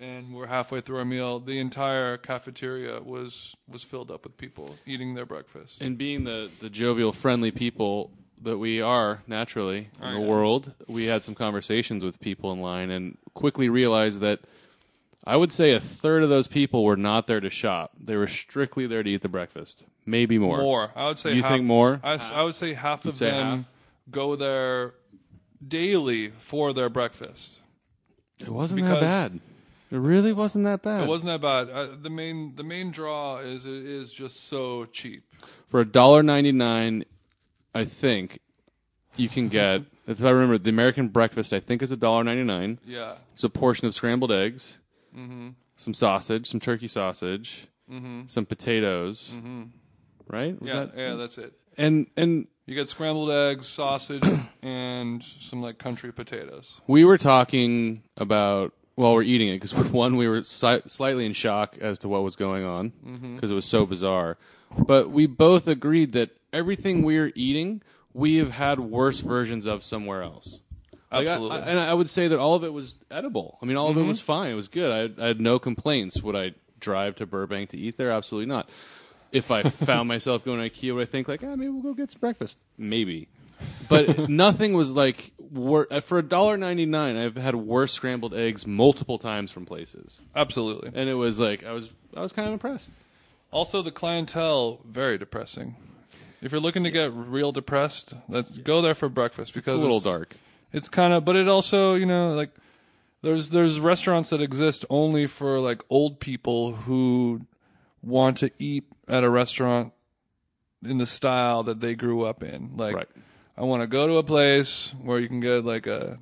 Speaker 3: and we're halfway through our meal, the entire cafeteria was was filled up with people eating their breakfast.
Speaker 4: and being the the jovial, friendly people that we are naturally in the
Speaker 3: yeah.
Speaker 4: world, we had some conversations with people in line and quickly realized that I would say a third of those people were not there to shop. They were strictly there to eat the breakfast, maybe more.
Speaker 3: More, I would say.
Speaker 4: You
Speaker 3: half,
Speaker 4: think more?
Speaker 3: I, s- I would say half of
Speaker 4: say
Speaker 3: them
Speaker 4: half?
Speaker 3: go there daily for their breakfast.
Speaker 4: It wasn't
Speaker 3: Because-
Speaker 4: that bad. It really wasn't that bad.
Speaker 3: It wasn't that bad. Uh, the main the main draw is it is just so cheap.
Speaker 4: For a dollar ninety nine, I think you can get if I remember the American breakfast. I think is a dollar ninety nine.
Speaker 3: Yeah.
Speaker 4: It's a portion of scrambled eggs, some sausage, some turkey sausage, some potatoes. Right? Was
Speaker 3: yeah,
Speaker 4: that-
Speaker 3: yeah, that's it.
Speaker 4: and and
Speaker 3: You get scrambled eggs, sausage, *clears throat* and some like country potatoes.
Speaker 4: we were talking about while we're eating it *laughs* because one we were si- slightly in shock as to what was going on because it was so bizarre, but we both agreed that everything we're eating we have had worse versions of somewhere else. Like, I-
Speaker 3: Absolutely.
Speaker 4: I- and I would say that all of it was edible. I mean, all of it was fine. It was good. I, I had no complaints. Would I drive to Burbank to eat there? Absolutely not. If I found *laughs* myself going to IKEA, would I think like, ah, maybe we'll go get some breakfast? Maybe, *laughs* but nothing was like wor- uh, for a dollar ninety nine. I've had worse scrambled eggs multiple times from places,
Speaker 3: Absolutely.
Speaker 4: and it was like I was I was kind of impressed.
Speaker 3: Also, the clientele very depressing. If you're looking to get real depressed, let's go there for breakfast
Speaker 4: It's
Speaker 3: because
Speaker 4: a little dark.
Speaker 3: It's kind of, but it also, you know, like there's there's restaurants that exist only for like old people who want to eat at a restaurant in the style that they grew up in. Like,
Speaker 4: Right.
Speaker 3: I want to go to a place where you can get like a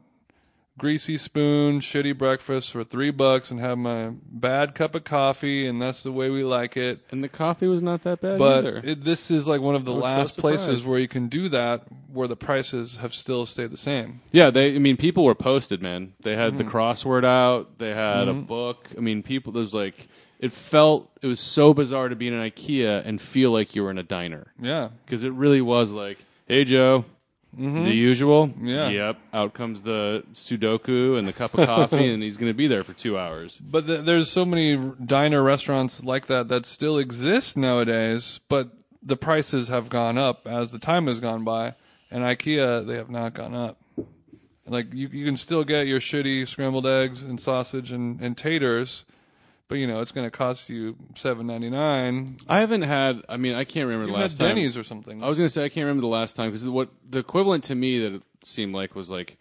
Speaker 3: greasy spoon, shitty breakfast for three bucks, and have my bad cup of coffee, and that's the way we like it
Speaker 4: And the coffee was not that bad
Speaker 3: but
Speaker 4: either.
Speaker 3: it, this is like one of the
Speaker 4: was so
Speaker 3: last places
Speaker 4: surprised.
Speaker 3: where you can do that where the prices have still stayed the same
Speaker 4: Yeah, they. I mean, people were posted, man. They had the crossword out. They had a book. I mean, people. There's like, it felt. It was so bizarre to be in an IKEA and feel like you were in a diner
Speaker 3: yeah
Speaker 4: because it really was like, hey, Joe. The usual,
Speaker 3: Yeah.
Speaker 4: Yep. Out comes the Sudoku and the cup of *laughs* coffee, and he's going to be there for two hours.
Speaker 3: but th- there's so many r- diner restaurants like that that still exist nowadays but the prices have gone up as the time has gone by and ikea they have not gone up like you, you can still get your shitty scrambled eggs and sausage and, and taters but you know it's going to cost you seven ninety nine.
Speaker 4: I haven't had. I mean, I can't remember the
Speaker 3: Even at
Speaker 4: last time.
Speaker 3: Denny's or something.
Speaker 4: I was gonna say I can't remember the last time because what the equivalent to me that it seemed like was like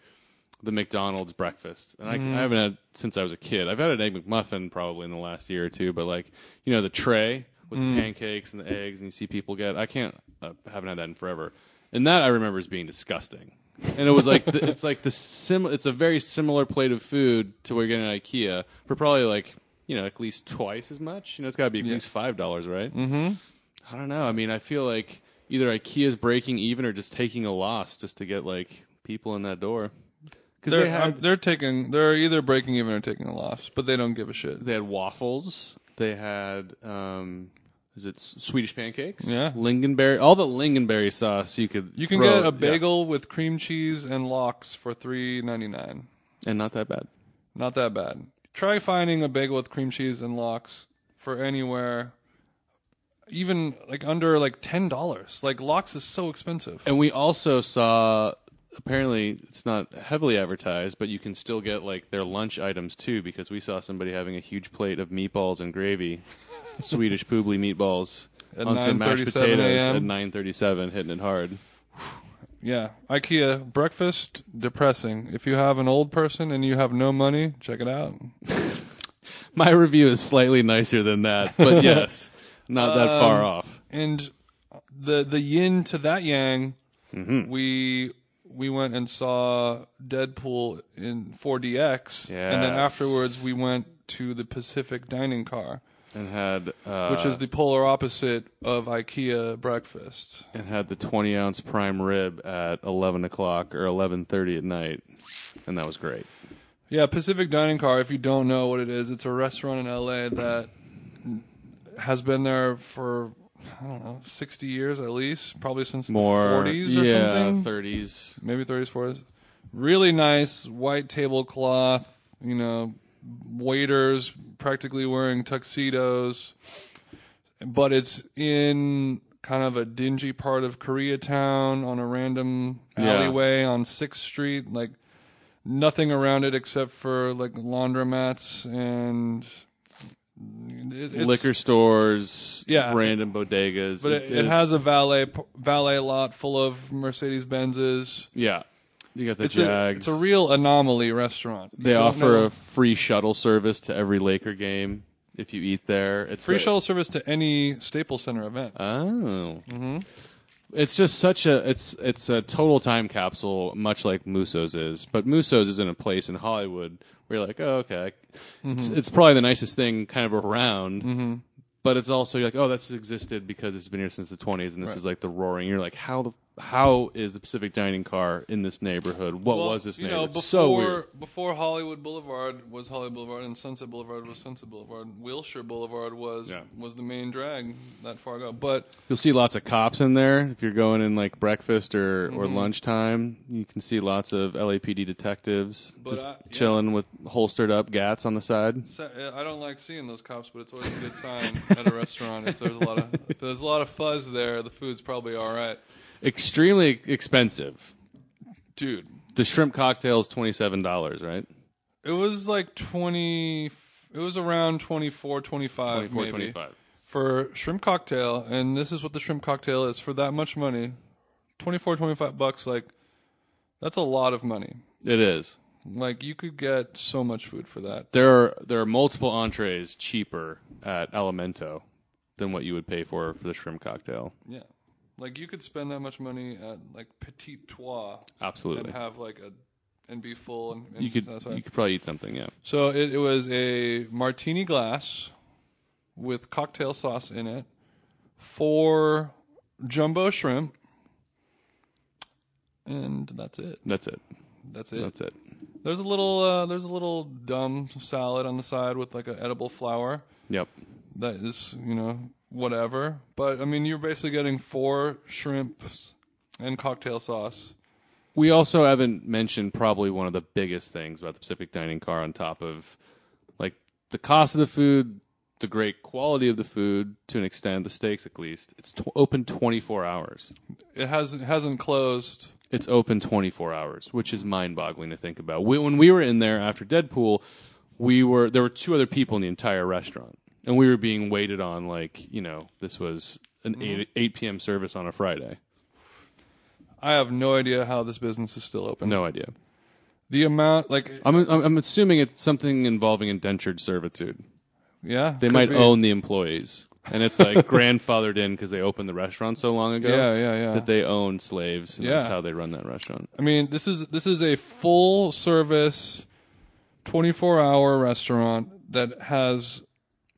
Speaker 4: the McDonald's breakfast, and I, I haven't had since I was a kid. I've had an egg McMuffin probably in the last year or two, but like you know the tray with the pancakes and the eggs, and you see people get. I can't. I haven't had that in forever, and that I remember as being disgusting. And it was like the, it's like the sim. It's a very similar plate of food to what you're getting at IKEA for probably like you know at least twice as much. You know it's got to be at least five dollars, right? I don't know. I mean, I feel like either IKEA's breaking even or just taking a loss just to get like people in that door. Because
Speaker 3: They're,
Speaker 4: they had
Speaker 3: um, they're taking. They're either breaking even or taking a loss, but they don't give a shit.
Speaker 4: they had waffles. They had um, is it S- Swedish pancakes?
Speaker 3: Yeah.
Speaker 4: lingonberry. All the lingonberry sauce you could
Speaker 3: You can
Speaker 4: throw-
Speaker 3: get
Speaker 4: yeah.
Speaker 3: a bagel with cream cheese and lox for three ninety nine.
Speaker 4: and not that bad.
Speaker 3: Not that bad. Try finding a bagel with cream cheese and lox for anywhere, even like under like ten dollars. Like lox is so expensive.
Speaker 4: And we also saw apparently it's not heavily advertised, but you can still get like their lunch items too because we saw somebody having a huge plate of meatballs
Speaker 3: *laughs*
Speaker 4: and gravy, Swedish poobly meatballs
Speaker 3: At
Speaker 4: on some mashed
Speaker 3: 9:37
Speaker 4: potatoes
Speaker 3: a.m..
Speaker 4: at 9:37 hitting it hard.
Speaker 3: Yeah, IKEA breakfast depressing. If you have an old person and you have no money, check it out.
Speaker 4: My review is slightly nicer than that,
Speaker 3: *laughs*
Speaker 4: but yes, not that
Speaker 3: Um,
Speaker 4: far off.
Speaker 3: and the the yin to that yang,
Speaker 4: Mm-hmm.
Speaker 3: we we went and saw Deadpool in 4DX, and then
Speaker 4: Yes.
Speaker 3: afterwards we went to the Pacific Dining Car,
Speaker 4: And had uh,
Speaker 3: which is the polar opposite of IKEA breakfast.
Speaker 4: and had the 20 ounce prime rib at 11 o'clock or 11:30 at night, and that was great.
Speaker 3: Yeah, Pacific Dining Car. If you don't know what it is, it's a restaurant in LA that has been there for I don't know 60 years at least, probably since
Speaker 4: More
Speaker 3: the 40s or
Speaker 4: yeah,
Speaker 3: something.
Speaker 4: 30s.
Speaker 3: maybe 30s, 40s. Really nice white tablecloth, you know, waiters practically wearing tuxedos. But it's in kind of a dingy part of Koreatown on a random
Speaker 4: Yeah.
Speaker 3: alleyway on 6th Street. Like, nothing around it except for like laundromats and. it- it's-
Speaker 4: liquor stores,
Speaker 3: Yeah.
Speaker 4: random bodegas.
Speaker 3: But it, it has a valet valet lot full of Mercedes Benzes.
Speaker 4: yeah. You got the
Speaker 3: It's a,
Speaker 4: Jags.
Speaker 3: it's a real anomaly restaurant. You
Speaker 4: they
Speaker 3: don't
Speaker 4: offer
Speaker 3: know-
Speaker 4: a free shuttle service to every Laker game if you eat there. It's
Speaker 3: free
Speaker 4: a-
Speaker 3: shuttle service to any Staples Center event.
Speaker 4: Oh. It's just such a it's it's a total time capsule, much like Musso's is. But Musso's is in a place in Hollywood where you're like, oh okay, it's,
Speaker 3: Mm-hmm.
Speaker 4: it's probably the nicest thing kind of around. But it's also you're like, oh, that's existed because it's been here since the 20s, and this is like the roaring. You're like, how the how is the Pacific Dining Car in this neighborhood? What
Speaker 3: Well,
Speaker 4: was this
Speaker 3: you
Speaker 4: neighborhood?
Speaker 3: know, before
Speaker 4: It's so weird.
Speaker 3: before Hollywood Boulevard was Hollywood Boulevard and Sunset Boulevard was Sunset Boulevard. Wilshire Boulevard was
Speaker 4: Yeah.
Speaker 3: was the main drag that far ago. But
Speaker 4: You'll see lots of cops in there if you're going in like breakfast or, or
Speaker 3: Mm-hmm.
Speaker 4: lunchtime. You can see lots of LAPD detectives
Speaker 3: But
Speaker 4: just
Speaker 3: I- yeah.
Speaker 4: chilling with holstered up gats on the side.
Speaker 3: sa- uh, I don't like seeing those cops, but it's always a good
Speaker 4: *laughs*
Speaker 3: sign at a restaurant if there's a lot of if there's a lot of fuzz there. The food's probably all right,
Speaker 4: Extremely expensive.
Speaker 3: dude.
Speaker 4: The shrimp cocktail is twenty seven dollars, right?
Speaker 3: It was like twenty. It was around 24, 25,
Speaker 4: 24
Speaker 3: Uh, maybe.
Speaker 4: 25
Speaker 3: for shrimp cocktail, and this is what the shrimp cocktail is for that much money 24, 25 bucks. Like, that's a lot of money.
Speaker 4: It is.
Speaker 3: Like, you could get so much food for that.
Speaker 4: There are there are multiple entrees cheaper at Alimento than what you would pay for for the shrimp cocktail.
Speaker 3: Yeah. Like, you could spend that much money at like Petit Trois and
Speaker 4: Absolutely.
Speaker 3: have like a and be full and, and
Speaker 4: You could
Speaker 3: satisfied.
Speaker 4: you could probably eat something, yeah.
Speaker 3: So it, it was a martini glass with cocktail sauce in it, four jumbo shrimp, and that's it.
Speaker 4: That's it.
Speaker 3: That's it.
Speaker 4: That's it.
Speaker 3: There's a little uh, there's a little dumb salad on the side with like an edible flower
Speaker 4: Yep.
Speaker 3: that is you know whatever. But I mean you're basically getting four shrimps and cocktail sauce.
Speaker 4: We also haven't mentioned probably one of the biggest things about the Pacific Dining Car on top of like the cost of the food, the great quality of the food to an extent, the steaks at least. It's t- open 24 hours.
Speaker 3: It hasn't hasn't closed.
Speaker 4: It's open 24 hours, which is mind-boggling to think about. We, when we were in there after Deadpool, we were there were two other people in the entire restaurant, and we were being waited on like, you know, this was an 8 8 p.m. service on a Friday.
Speaker 3: I have no idea how this business is still open.
Speaker 4: No idea.
Speaker 3: The amount like
Speaker 4: I'm I'm, I'm assuming it's something involving indentured servitude.
Speaker 3: yeah
Speaker 4: They might own the employees, and
Speaker 3: *laughs*
Speaker 4: it's like grandfathered in because they opened the restaurant so long ago.
Speaker 3: Yeah, yeah, yeah.
Speaker 4: That they own slaves. And That's
Speaker 3: Yeah.
Speaker 4: how they run that restaurant.
Speaker 3: I mean, this is this is a full service, twenty four hour restaurant that has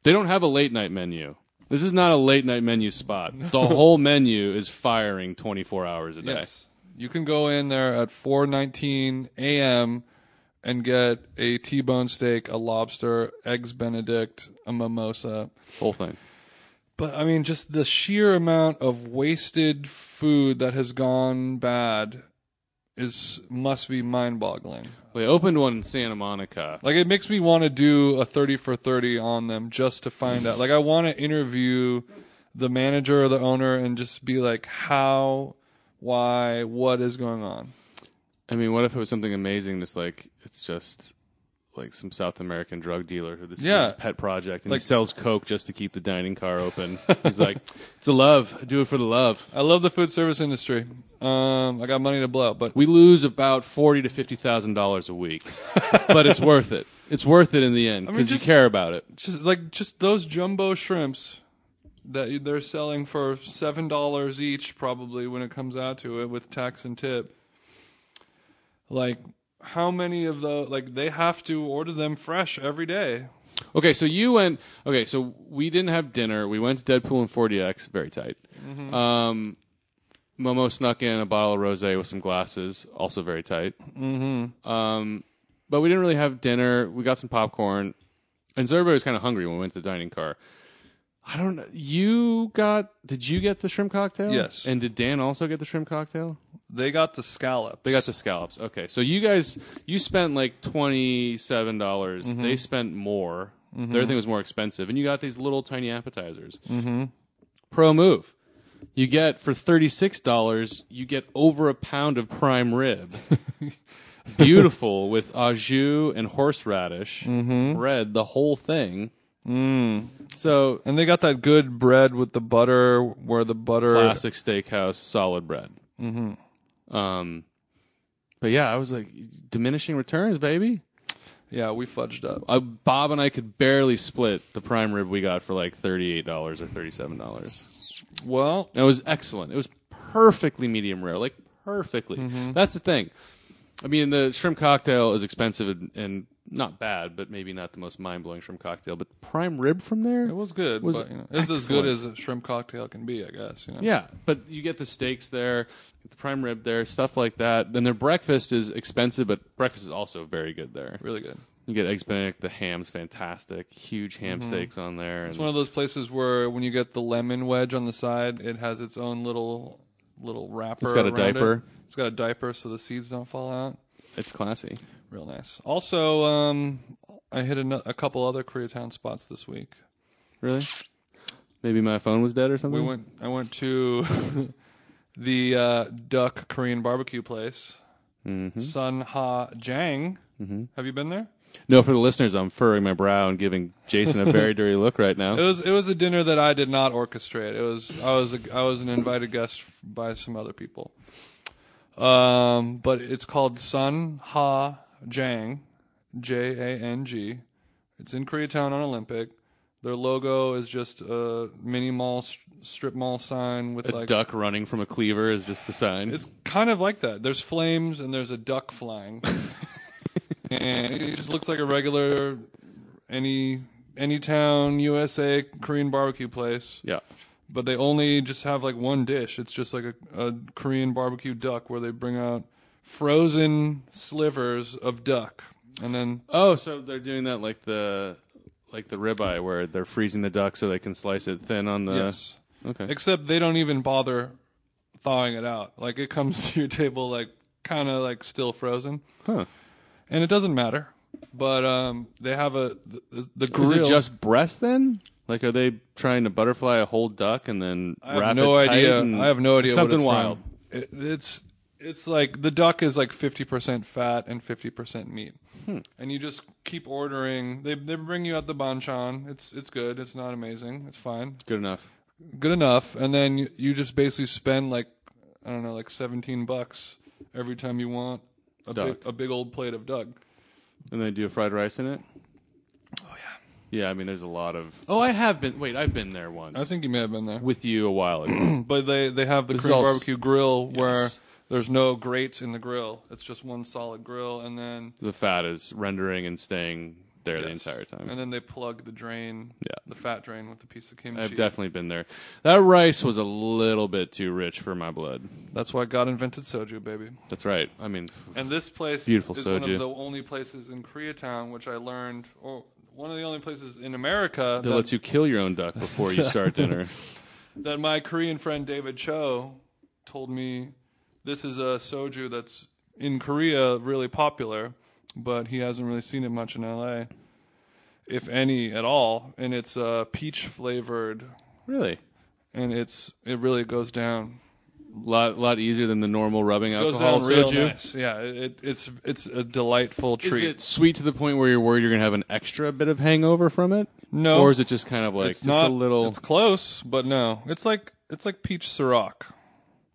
Speaker 4: They don't have a late night menu. This is not a late night
Speaker 3: *laughs*
Speaker 4: menu spot. The whole menu is firing 24 hours a day.
Speaker 3: yes. You can go in there at four nineteen a.m. and get a T-bone steak, a lobster, eggs Benedict, a mimosa.
Speaker 4: Whole thing.
Speaker 3: But I mean, just the sheer amount of wasted food that has gone bad is must be mind-boggling.
Speaker 4: They opened one in Santa Monica.
Speaker 3: Like it makes me want to do a 30 for 30 on them just to find out. Like I want to interview the manager or the owner and just be like how, why, what is going on.
Speaker 4: I mean, what if it was something amazing? Just like it's just like some South American drug dealer who this
Speaker 3: Yeah.
Speaker 4: is his pet project, and he
Speaker 3: Like-
Speaker 4: sells coke just to keep the dining
Speaker 3: *laughs*
Speaker 4: car open. He's like, it's a love. I do it for the love.
Speaker 3: I love the food service industry. Um I got money to blow, but
Speaker 4: We lose about forty to fifty thousand dollars a week, but it's worth it. It's worth it in the end
Speaker 3: mean,
Speaker 4: because
Speaker 3: just-
Speaker 4: you care about it.
Speaker 3: just like just those jumbo shrimps that you- they're selling for $7 each probably when it comes out to it with tax and tip. Like how many of the like they have to order them fresh every day.
Speaker 4: Okay, so you went. Okay, so we didn't have dinner. We went to Deadpool and 40x, very tight.
Speaker 3: Mm-hmm.
Speaker 4: Um, Momo snuck in a bottle of rosé with some glasses, also very tight. Mm-hmm. Um, but we didn't really have dinner. We got some popcorn, and so everybody was kind of hungry when we went to the dining car. I don't. know. You got? Did you get the shrimp cocktail?
Speaker 3: Yes.
Speaker 4: And did Dan also get the shrimp cocktail?
Speaker 3: They got the scallops.
Speaker 4: They got the scallops. Okay, so you guys, you spent like twenty seven dollars. They spent more. Their thing was more expensive, and you got these little tiny appetizers. Mm-hmm. Pro move. You get for thirty six dollars. You get over a pound of prime rib, beautiful with au jus and horseradish bread. The whole thing. So
Speaker 3: and they got that good bread with the butter, where the butter.
Speaker 4: classic steakhouse solid bread. Mm-hmm. Um, but yeah, I was like diminishing returns, baby.
Speaker 3: Yeah, we fudged up.
Speaker 4: Uh, Bob and I could barely split the prime rib we got for like thirty eight dollars or thirty seven dollars.
Speaker 3: Well,
Speaker 4: And it was excellent. It was perfectly medium rare, like perfectly.
Speaker 3: Mm-hmm.
Speaker 4: That's the thing. I mean, the shrimp cocktail is expensive and, and not bad, but maybe not the most mind blowing shrimp cocktail. But prime rib from there,
Speaker 3: It was good.
Speaker 4: Was
Speaker 3: but, you know, it's as good as a shrimp cocktail can be, I guess. You know?
Speaker 4: yeah, but you get the steaks there, the prime rib there, stuff like that. Then their breakfast is expensive, but breakfast is also very good there.
Speaker 3: Really good.
Speaker 4: You get eggs Benedict, the ham's fantastic, huge ham steaks on there.
Speaker 3: It's
Speaker 4: and-
Speaker 3: Mm-hmm. one of those places where when you get the lemon wedge on the side, it has its own little little wrapper.
Speaker 4: It's got a
Speaker 3: around it.
Speaker 4: diaper.
Speaker 3: It's got a diaper so the seeds don't fall out.
Speaker 4: it's classy.
Speaker 3: Real nice. Also, um, I hit a, a couple other Koreatown spots this week.
Speaker 4: Really? Maybe my phone was dead or
Speaker 3: We
Speaker 4: something.
Speaker 3: went. I went to *laughs* the uh, Duck Korean barbecue place,
Speaker 4: Mm-hmm.
Speaker 3: Sun Ha Jang. Have you been there?
Speaker 4: No, for the listeners, I'm furrowing my brow and giving Jason a very dirty look right now.
Speaker 3: *laughs* It was it was a dinner that I did not orchestrate. It was I was a, I was an invited guest by some other people. Um, but it's called Sun Ha Jang, J A N G. It's in Koreatown on Olympic. Their logo is just a mini mall st- strip mall sign with
Speaker 4: a
Speaker 3: like
Speaker 4: duck running from a cleaver is just the sign.
Speaker 3: It's kind of like that. There's flames and there's a duck
Speaker 4: *laughs*
Speaker 3: flying, and it just looks like a regular any any town USA Korean barbecue place.
Speaker 4: yeah.
Speaker 3: But they only just have like one dish. It's just like a, a Korean barbecue duck where they bring out frozen slivers of duck, and then
Speaker 4: Oh, so they're doing that like the like the ribeye where they're freezing the duck so they can slice it thin on the.
Speaker 3: yes,
Speaker 4: Okay.
Speaker 3: except they don't even bother thawing it out. Like it comes *laughs* to your table like kind of like still frozen.
Speaker 4: huh.
Speaker 3: and it doesn't matter. But um, they have a the, the grill.
Speaker 4: Is it just breast then? Like, are they trying to butterfly a whole duck and then
Speaker 3: I have
Speaker 4: wrap
Speaker 3: no
Speaker 4: it tight
Speaker 3: idea.
Speaker 4: and-
Speaker 3: I have no idea.
Speaker 4: Something
Speaker 3: what it's
Speaker 4: wild.
Speaker 3: From. It, it's it's like the duck is like fifty percent fat and fifty percent meat,
Speaker 4: Hmm.
Speaker 3: and you just keep ordering. They they bring you out the banchan. It's it's good. It's not amazing. It's fine.
Speaker 4: Good enough.
Speaker 3: Good enough. And then you, you just basically spend like I don't know, like seventeen bucks every time you want a big,
Speaker 4: Duck.
Speaker 3: a big old plate of duck.
Speaker 4: And they do a fried rice in it. Oh yeah. Yeah, I mean, there's a lot of. Oh, I have been. Wait, I've been there once.
Speaker 3: I think you may have been there.
Speaker 4: with you a while ago.
Speaker 3: *clears throat* But they, they have the
Speaker 4: This is
Speaker 3: Korean
Speaker 4: all s-
Speaker 3: barbecue grill where
Speaker 4: Yes.
Speaker 3: there's no grates in the grill. It's just one solid grill, and then
Speaker 4: the fat is rendering and staying there the
Speaker 3: Yes.
Speaker 4: entire time.
Speaker 3: and then they plug the drain,
Speaker 4: Yeah.
Speaker 3: the fat drain with a piece of kimchi.
Speaker 4: I've definitely been there. That rice was a little bit too rich for my blood.
Speaker 3: That's why God invented soju, baby.
Speaker 4: That's right. I mean,
Speaker 3: And this place
Speaker 4: Beautiful
Speaker 3: is one of
Speaker 4: soju.
Speaker 3: the only places in Koreatown, which I learned, or one of the only places in America
Speaker 4: they let you kill your own duck before
Speaker 3: *laughs*
Speaker 4: you start dinner.
Speaker 3: that my Korean friend David Cho told me this is a soju that's in Korea really popular, but he hasn't really seen it much in LA, if any at all. And it's uh, peach flavored,
Speaker 4: Really,
Speaker 3: and it's it really goes down.
Speaker 4: lot lot easier than the normal rubbing
Speaker 3: Goes
Speaker 4: alcohol
Speaker 3: down real
Speaker 4: soju.
Speaker 3: nice. Yeah, it, it- it's it's a delightful
Speaker 4: Is
Speaker 3: treat.
Speaker 4: it sweet to the point where you're worried you're gonna have an extra bit of hangover from it?
Speaker 3: No.
Speaker 4: or is it just kind of like
Speaker 3: it's
Speaker 4: just
Speaker 3: not
Speaker 4: a little?
Speaker 3: It's close, but no. It's like it's like peach Ciroc.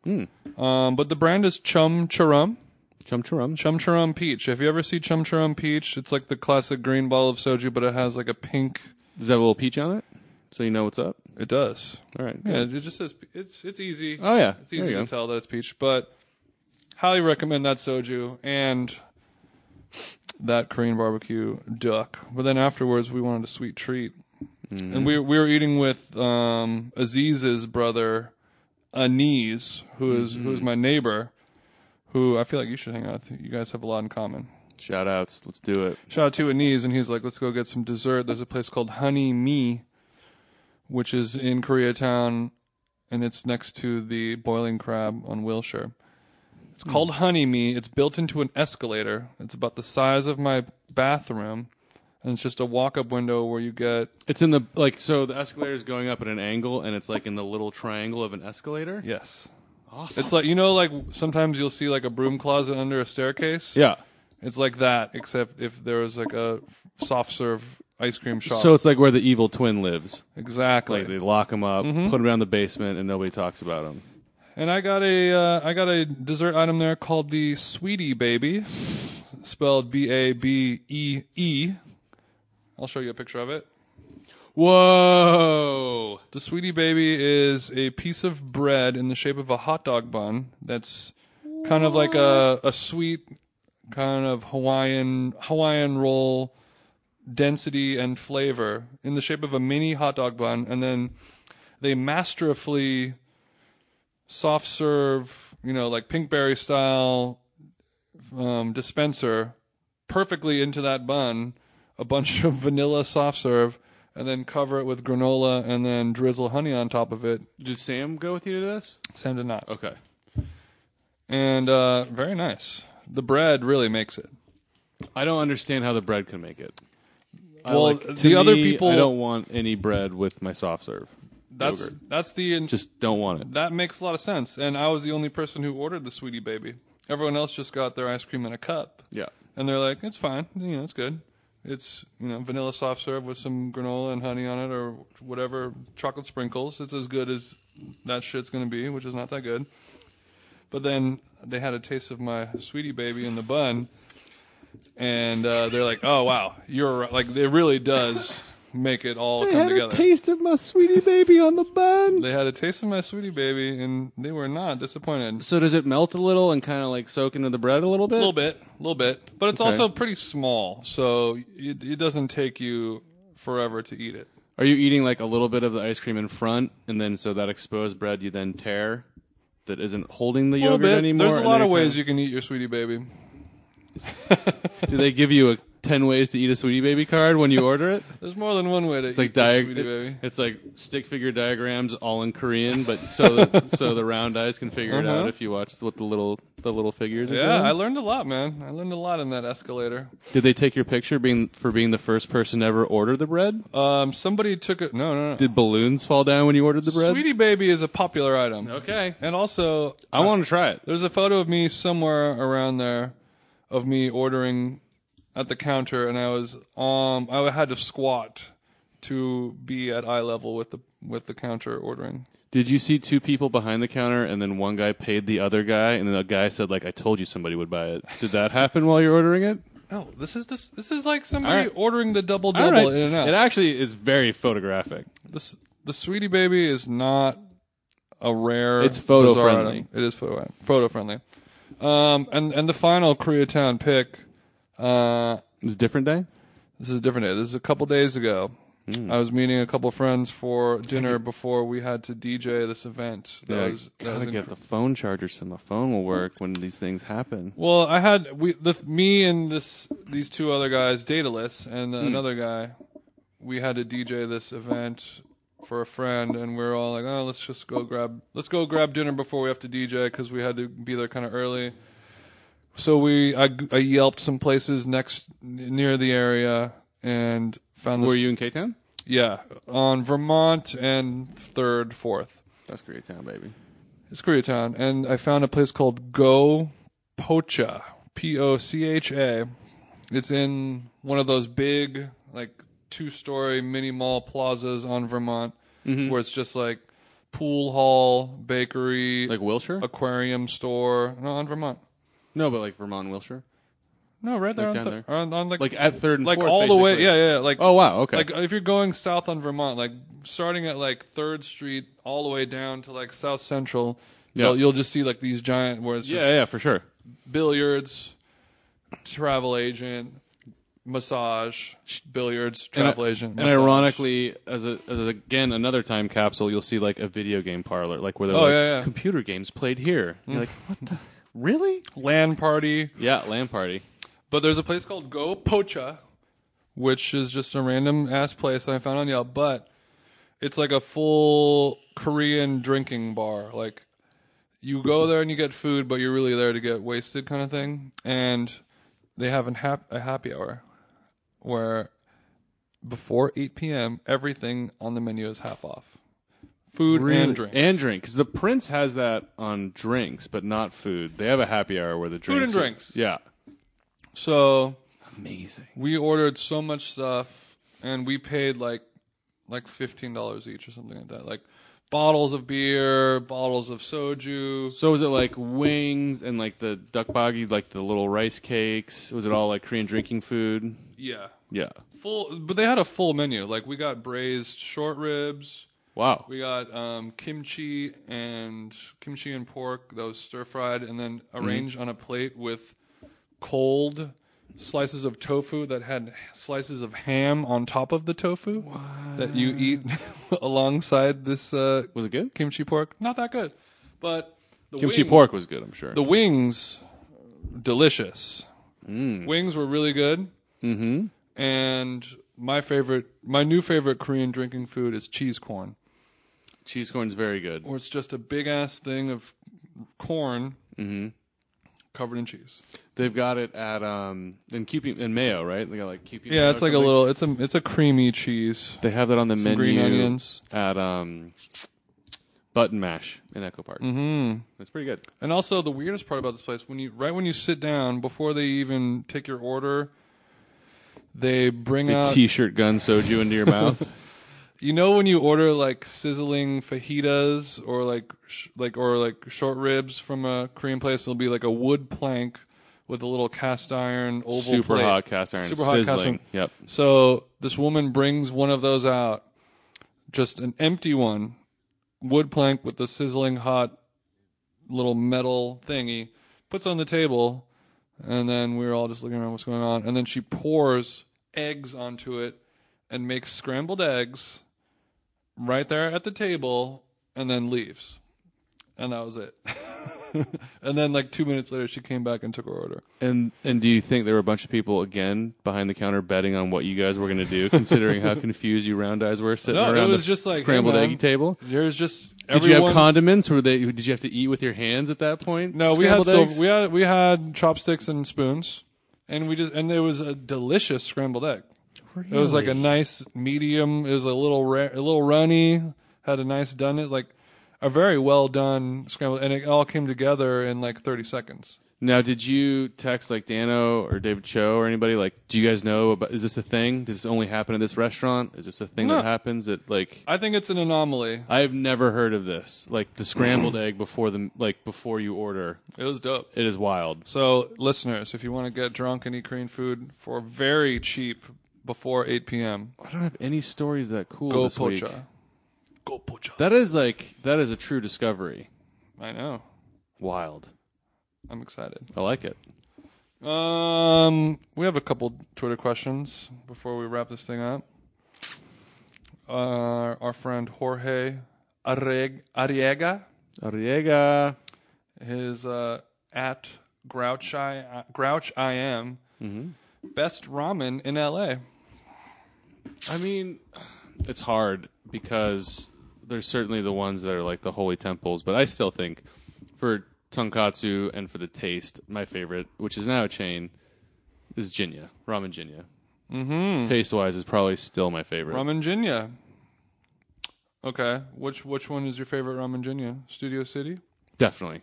Speaker 4: Hmm.
Speaker 3: Um, but the brand is Chum Charum.
Speaker 4: chum chum.
Speaker 3: Chum Chum Peach. If you ever see Chum Chum Peach, it's like the classic green bottle of soju, but it has like a pink.
Speaker 4: Does that have a little peach on it? So you know what's up.
Speaker 3: It does.
Speaker 4: All right.
Speaker 3: Yeah,
Speaker 4: good.
Speaker 3: it just says it's it's easy.
Speaker 4: Oh yeah.
Speaker 3: it's
Speaker 4: There
Speaker 3: easy
Speaker 4: you
Speaker 3: to
Speaker 4: go.
Speaker 3: tell that it's peach. But highly recommend that soju and that Korean barbecue duck. But then afterwards, we wanted a sweet treat, and we we were eating with um, Aziz's brother, Aniz, who is-
Speaker 4: Mm-hmm.
Speaker 3: who is my neighbor, who I feel like you should hang out with. You guys have a lot in common.
Speaker 4: Shout outs. Let's do it.
Speaker 3: shout out to Aniz, and he's like, let's go get some dessert. There's a place called Honey Me, which is in Koreatown, and it's next to the Boiling Crab on Wilshire. It's
Speaker 4: Hmm.
Speaker 3: called Honey Me. It's built into an escalator. It's about the size of my bathroom, and it's just a walk-up window where you get
Speaker 4: It's in the like so the escalator is going up at an angle and it's like in the little triangle of an escalator.
Speaker 3: yes.
Speaker 4: Awesome.
Speaker 3: It's like you know, like sometimes you'll see like a broom closet under a staircase.
Speaker 4: yeah.
Speaker 3: It's like that, except if there was like a soft serve ice cream shop.
Speaker 4: So it's like where the evil twin lives.
Speaker 3: exactly.
Speaker 4: Like they lock him up, put him down in the basement, and nobody talks about him.
Speaker 3: And I got a uh, I got a dessert item there called the Sweetie Baby, spelled B A B E E. I'll show you a picture of it.
Speaker 4: Whoa.
Speaker 3: The sweetie baby is a piece of bread in the shape of a hot dog bun. That's kind of like a a sweet kind of Hawaiian Hawaiian roll density and flavor in the shape of a mini hot dog bun, and then they masterfully soft serve, you know, like Pinkberry style um, dispenser perfectly into that bun a bunch of vanilla soft serve and then cover it with granola and then drizzle honey on top of it.
Speaker 4: Did Sam go with you to this?
Speaker 3: Sam did not.
Speaker 4: Okay.
Speaker 3: And uh, very nice. The bread really makes it.
Speaker 4: I don't understand how the bread can make it. I
Speaker 3: Well,
Speaker 4: like-
Speaker 3: the
Speaker 4: to
Speaker 3: other
Speaker 4: me,
Speaker 3: people-
Speaker 4: I don't want any bread with my soft serve.
Speaker 3: That's
Speaker 4: Yogurt.
Speaker 3: that's the
Speaker 4: just don't want it.
Speaker 3: that makes a lot of sense. And I was the only person who ordered the sweetie baby. Everyone else just got their ice cream in a cup.
Speaker 4: Yeah.
Speaker 3: And they're like, it's fine. You know, it's good. It's, you know, vanilla soft serve with some granola and honey on it or whatever, chocolate sprinkles. It's as good as that shit's going to be, which is not that good. But then they had a taste of my sweetie baby in the bun. And uh, they're like, oh, wow. You're right. Like, it really does make it all come together.
Speaker 1: of my sweetie baby on the bun.
Speaker 3: they had a taste of my sweetie baby and they were not disappointed.
Speaker 4: So does it melt a little and kind of like soak into the bread a little bit?
Speaker 3: A little bit, a little bit, but it's
Speaker 4: Okay.
Speaker 3: also pretty small, so it, it doesn't take you forever to eat it.
Speaker 4: Are you eating like a little bit of the ice cream in front, and then so that exposed bread you then tear that isn't holding the
Speaker 3: Little
Speaker 4: yogurt
Speaker 3: bit.
Speaker 4: anymore?
Speaker 3: There's a
Speaker 4: and
Speaker 3: lot
Speaker 4: then
Speaker 3: of
Speaker 4: it
Speaker 3: ways
Speaker 4: kinda-
Speaker 3: you can eat your sweetie baby.
Speaker 4: *laughs* Do they give you a ten ways to eat a sweetie baby card when you order it?
Speaker 3: There's more than one way to
Speaker 4: It's like
Speaker 3: *laughs* eat your
Speaker 4: diag-
Speaker 3: sweetie baby.
Speaker 4: It's like stick figure diagrams, all in Korean, but
Speaker 3: *laughs*
Speaker 4: so the, so the round eyes can figure it out
Speaker 3: Uh-huh.
Speaker 4: if you watch what the little the little figures. Are
Speaker 3: Yeah, I
Speaker 4: doing.
Speaker 3: learned a lot, man. I learned a lot in that escalator.
Speaker 4: did they take your picture being for being the first person to ever order the bread?
Speaker 3: Um, somebody took it. No, no, no.
Speaker 4: Did balloons fall down when you ordered the bread?
Speaker 3: Sweetie baby is a popular item.
Speaker 4: Okay,
Speaker 3: And also,
Speaker 4: I want to try it.
Speaker 3: There's a photo of me somewhere around there of me ordering at the counter and I was um I had to squat to be at eye level with the with the counter ordering.
Speaker 4: Did you see two people behind the counter and then one guy paid the other guy and then the guy said like I told you somebody would buy it. Did that happen while you're ordering it?
Speaker 3: No, Oh, this is this this is like somebody
Speaker 4: All right.
Speaker 3: ordering the double
Speaker 4: All
Speaker 3: double
Speaker 4: right.
Speaker 3: in and out.
Speaker 4: It actually is very photographic.
Speaker 3: this the sweetie baby is not a rare
Speaker 4: It's photo
Speaker 3: bizarre
Speaker 4: friendly.
Speaker 3: item. It is photo photo friendly. Um and and the final Koreatown pick uh
Speaker 4: It's a different day.
Speaker 3: This is a different day. This is a couple days ago.
Speaker 4: Hmm.
Speaker 3: I was meeting a couple friends for dinner before we had to DJ this event. That
Speaker 4: Yeah,
Speaker 3: was, that
Speaker 4: gotta
Speaker 3: was
Speaker 4: get
Speaker 3: incre-
Speaker 4: the phone charger so my phone will work when these things happen.
Speaker 3: well, I had we the me and this these two other guys, Dataless and
Speaker 4: Hmm.
Speaker 3: another guy. We had to DJ this event for a friend, and we are all like, "Oh, let's just go grab let's go grab dinner before we have to DJ because we had to be there kind of early." So we I, I yelped some places next near the area and found this
Speaker 4: Were you in K Town?
Speaker 3: Yeah, on Vermont and third, fourth.
Speaker 4: That's great town, baby.
Speaker 3: It's Koreatown, and I found a place called Go Pocha, P O C H A. It's in one of those big, like two-story mini mall plazas on Vermont,
Speaker 4: Mm-hmm.
Speaker 3: where it's just like pool hall, bakery,
Speaker 4: Like Wilshire?
Speaker 3: aquarium store. No, on Vermont.
Speaker 4: No, but like Vermont and Wilshire.
Speaker 3: No, right there,
Speaker 4: Like
Speaker 3: on,
Speaker 4: down
Speaker 3: th- on on like
Speaker 4: Like at third and
Speaker 3: like
Speaker 4: fourth,
Speaker 3: all the way.
Speaker 4: basically.
Speaker 3: Yeah, yeah, yeah, like
Speaker 4: Oh wow, okay.
Speaker 3: Like if you're going south on Vermont, like starting at like Third Street all the way down to like South Central,
Speaker 4: Yeah.
Speaker 3: you'll, you'll just see like these giant where it's just
Speaker 4: yeah, yeah, for sure.
Speaker 3: billiards, travel agent, massage, billiards,
Speaker 4: And I-
Speaker 3: travel agent,
Speaker 4: And
Speaker 3: massage.
Speaker 4: ironically, as a, as a- again another time capsule, you'll see like a video game parlor, like where they're
Speaker 3: Oh,
Speaker 4: like
Speaker 3: yeah, yeah.
Speaker 4: computer games played here. You're like, what the? Really?
Speaker 3: LAN party.
Speaker 4: Yeah, land party.
Speaker 3: But there's a place called Go Pocha, which is just a random ass place that I found on Yelp. But it's like a full Korean drinking bar. Like you go there and you get food, but you're really there to get wasted, kind of thing. And they have an hap- a happy hour where before 8 p.m. everything on the menu is half off, food and drinks.
Speaker 4: And drink, because the Prince has that on drinks, but not food. They have a happy hour where the drinks.
Speaker 3: and drinks.
Speaker 4: Yeah.
Speaker 3: so
Speaker 4: Amazing.
Speaker 3: we ordered so much stuff and we paid like like fifteen dollars each or something like that. Like bottles of beer, bottles of soju.
Speaker 4: So was it like wings and like the duck boggy, like the little rice cakes? Was it all like Korean drinking food?
Speaker 3: Yeah.
Speaker 4: Yeah.
Speaker 3: Full but they had a full menu. Like we got braised short ribs.
Speaker 4: Wow.
Speaker 3: We got um, kimchi and kimchi and pork that was stir fried, and then
Speaker 4: Mm-hmm.
Speaker 3: arranged on a plate with cold slices of tofu that had slices of ham on top of the tofu that you eat *laughs* alongside this uh,
Speaker 4: Was it good?
Speaker 3: kimchi pork. Not that good, but the
Speaker 4: Kimchi
Speaker 3: wing-
Speaker 4: pork was good, I'm sure.
Speaker 3: The wings, delicious. Wings were really good. Mm. Mm-hmm. And my favorite, my new favorite Korean drinking food is cheese corn
Speaker 4: cheese corn's very good.
Speaker 3: or it's just a big ass thing of corn Mm-hmm. covered in cheese.
Speaker 4: They've got it at um in QP in Mayo, right? They got like QP.
Speaker 3: Yeah, it's like a little. It's a it's a creamy cheese.
Speaker 4: They have that on the menu.
Speaker 3: green onions.
Speaker 4: at um Button Mash in Echo Park. Mm-hmm. That's pretty good.
Speaker 3: And also the weirdest part about this place when you right when you sit down before they even take your order, they bring
Speaker 4: The
Speaker 3: out
Speaker 4: T-shirt gun soju into your mouth.
Speaker 3: you know when you order like sizzling fajitas or like sh- like or like short ribs from a Korean place, it'll be like a wood plank with a little cast iron *laughs* oval
Speaker 4: Super
Speaker 3: plate.
Speaker 4: hot cast iron,
Speaker 3: super hot cast
Speaker 4: sizzling.
Speaker 3: iron.
Speaker 4: Yep.
Speaker 3: So this woman brings one of those out, just an empty one, wood plank with the sizzling hot little metal thingy, puts on the table, and then we were all just looking around what's going on. And then she pours eggs onto it and makes scrambled eggs right there at the table and then leaves. And that was it. *laughs* and then like two minutes later she came back and took her order.
Speaker 4: And and do you think there were a bunch of people again behind the counter betting on what you guys were going to do, *laughs* considering how confused you round eyes were sitting
Speaker 3: No, it
Speaker 4: around
Speaker 3: was
Speaker 4: the
Speaker 3: just like, hey,
Speaker 4: scrambled
Speaker 3: man.
Speaker 4: egg table?
Speaker 3: There's just
Speaker 4: Did you have
Speaker 3: everyone-
Speaker 4: condiments? Were they? Did you have to eat with your hands at that point?
Speaker 3: No, we had
Speaker 4: Scrambled
Speaker 3: so
Speaker 4: eggs?
Speaker 3: we had we had chopsticks and spoons, and we just and there was a delicious scrambled egg. It was like a nice medium. It was a little rare, a little runny. Had a nice done it like a very well done scrambled, and it all came together in like 30 seconds.
Speaker 4: Now, did you text like Dano or David Cho or anybody like, do you guys know about, is this a thing? Does this only happen at this restaurant? Is this a thing
Speaker 3: No.
Speaker 4: that happens at like,
Speaker 3: I think it's an anomaly.
Speaker 4: I've never heard of this. Like
Speaker 3: *clears throat*
Speaker 4: the scrambled egg before the, like before you order.
Speaker 3: It was dope.
Speaker 4: It is wild.
Speaker 3: So, listeners, if you want to get drunk and eat Korean food for very cheap before 8 p.m.,
Speaker 4: I don't have any stories that cool
Speaker 3: go
Speaker 4: Oh, this week.
Speaker 3: pocha. Go pocha.
Speaker 4: That is like, that is a true discovery.
Speaker 3: I know.
Speaker 4: Wild.
Speaker 3: I'm excited.
Speaker 4: I like it.
Speaker 3: Um, we have a couple Twitter questions before we wrap this thing up. Uh, our friend Jorge Arreg- Arriega,
Speaker 4: Arriega.
Speaker 3: his uh, at Grouch I, Grouch I am, best ramen in L.A.
Speaker 4: I mean, it's hard because there's certainly the ones that are like the holy temples, but I still think for tonkatsu and for the taste, my favorite, which is now a chain, is Jinya Ramen Jinya. Mm-hmm. Taste wise, is probably still my favorite.
Speaker 3: Ramen Jinya. Okay, which which one is your favorite ramen Jinya? Studio City.
Speaker 4: Definitely.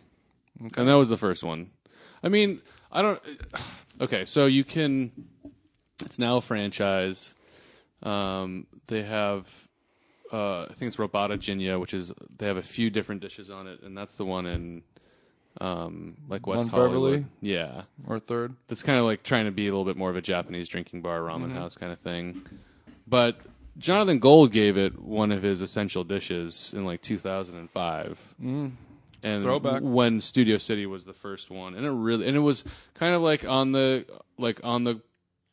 Speaker 4: And that was the first one. I mean, I don't. Okay, so you can. It's now a franchise. Um, they have, uh, I think it's Robata Jinya, which is they have a few different dishes on it, and that's the one in, um, like West
Speaker 3: On Beverly?
Speaker 4: Hollywood. Yeah,
Speaker 3: Or third,
Speaker 4: that's kind of like trying to be a little bit more of a Japanese drinking bar, ramen
Speaker 3: Mm-hmm.
Speaker 4: house kind of thing. But Jonathan Gold gave it one of his essential dishes in like 2005. Mm. And
Speaker 3: Throwback.
Speaker 4: when Studio City was the first one, and it really and it was kind of like on the like on the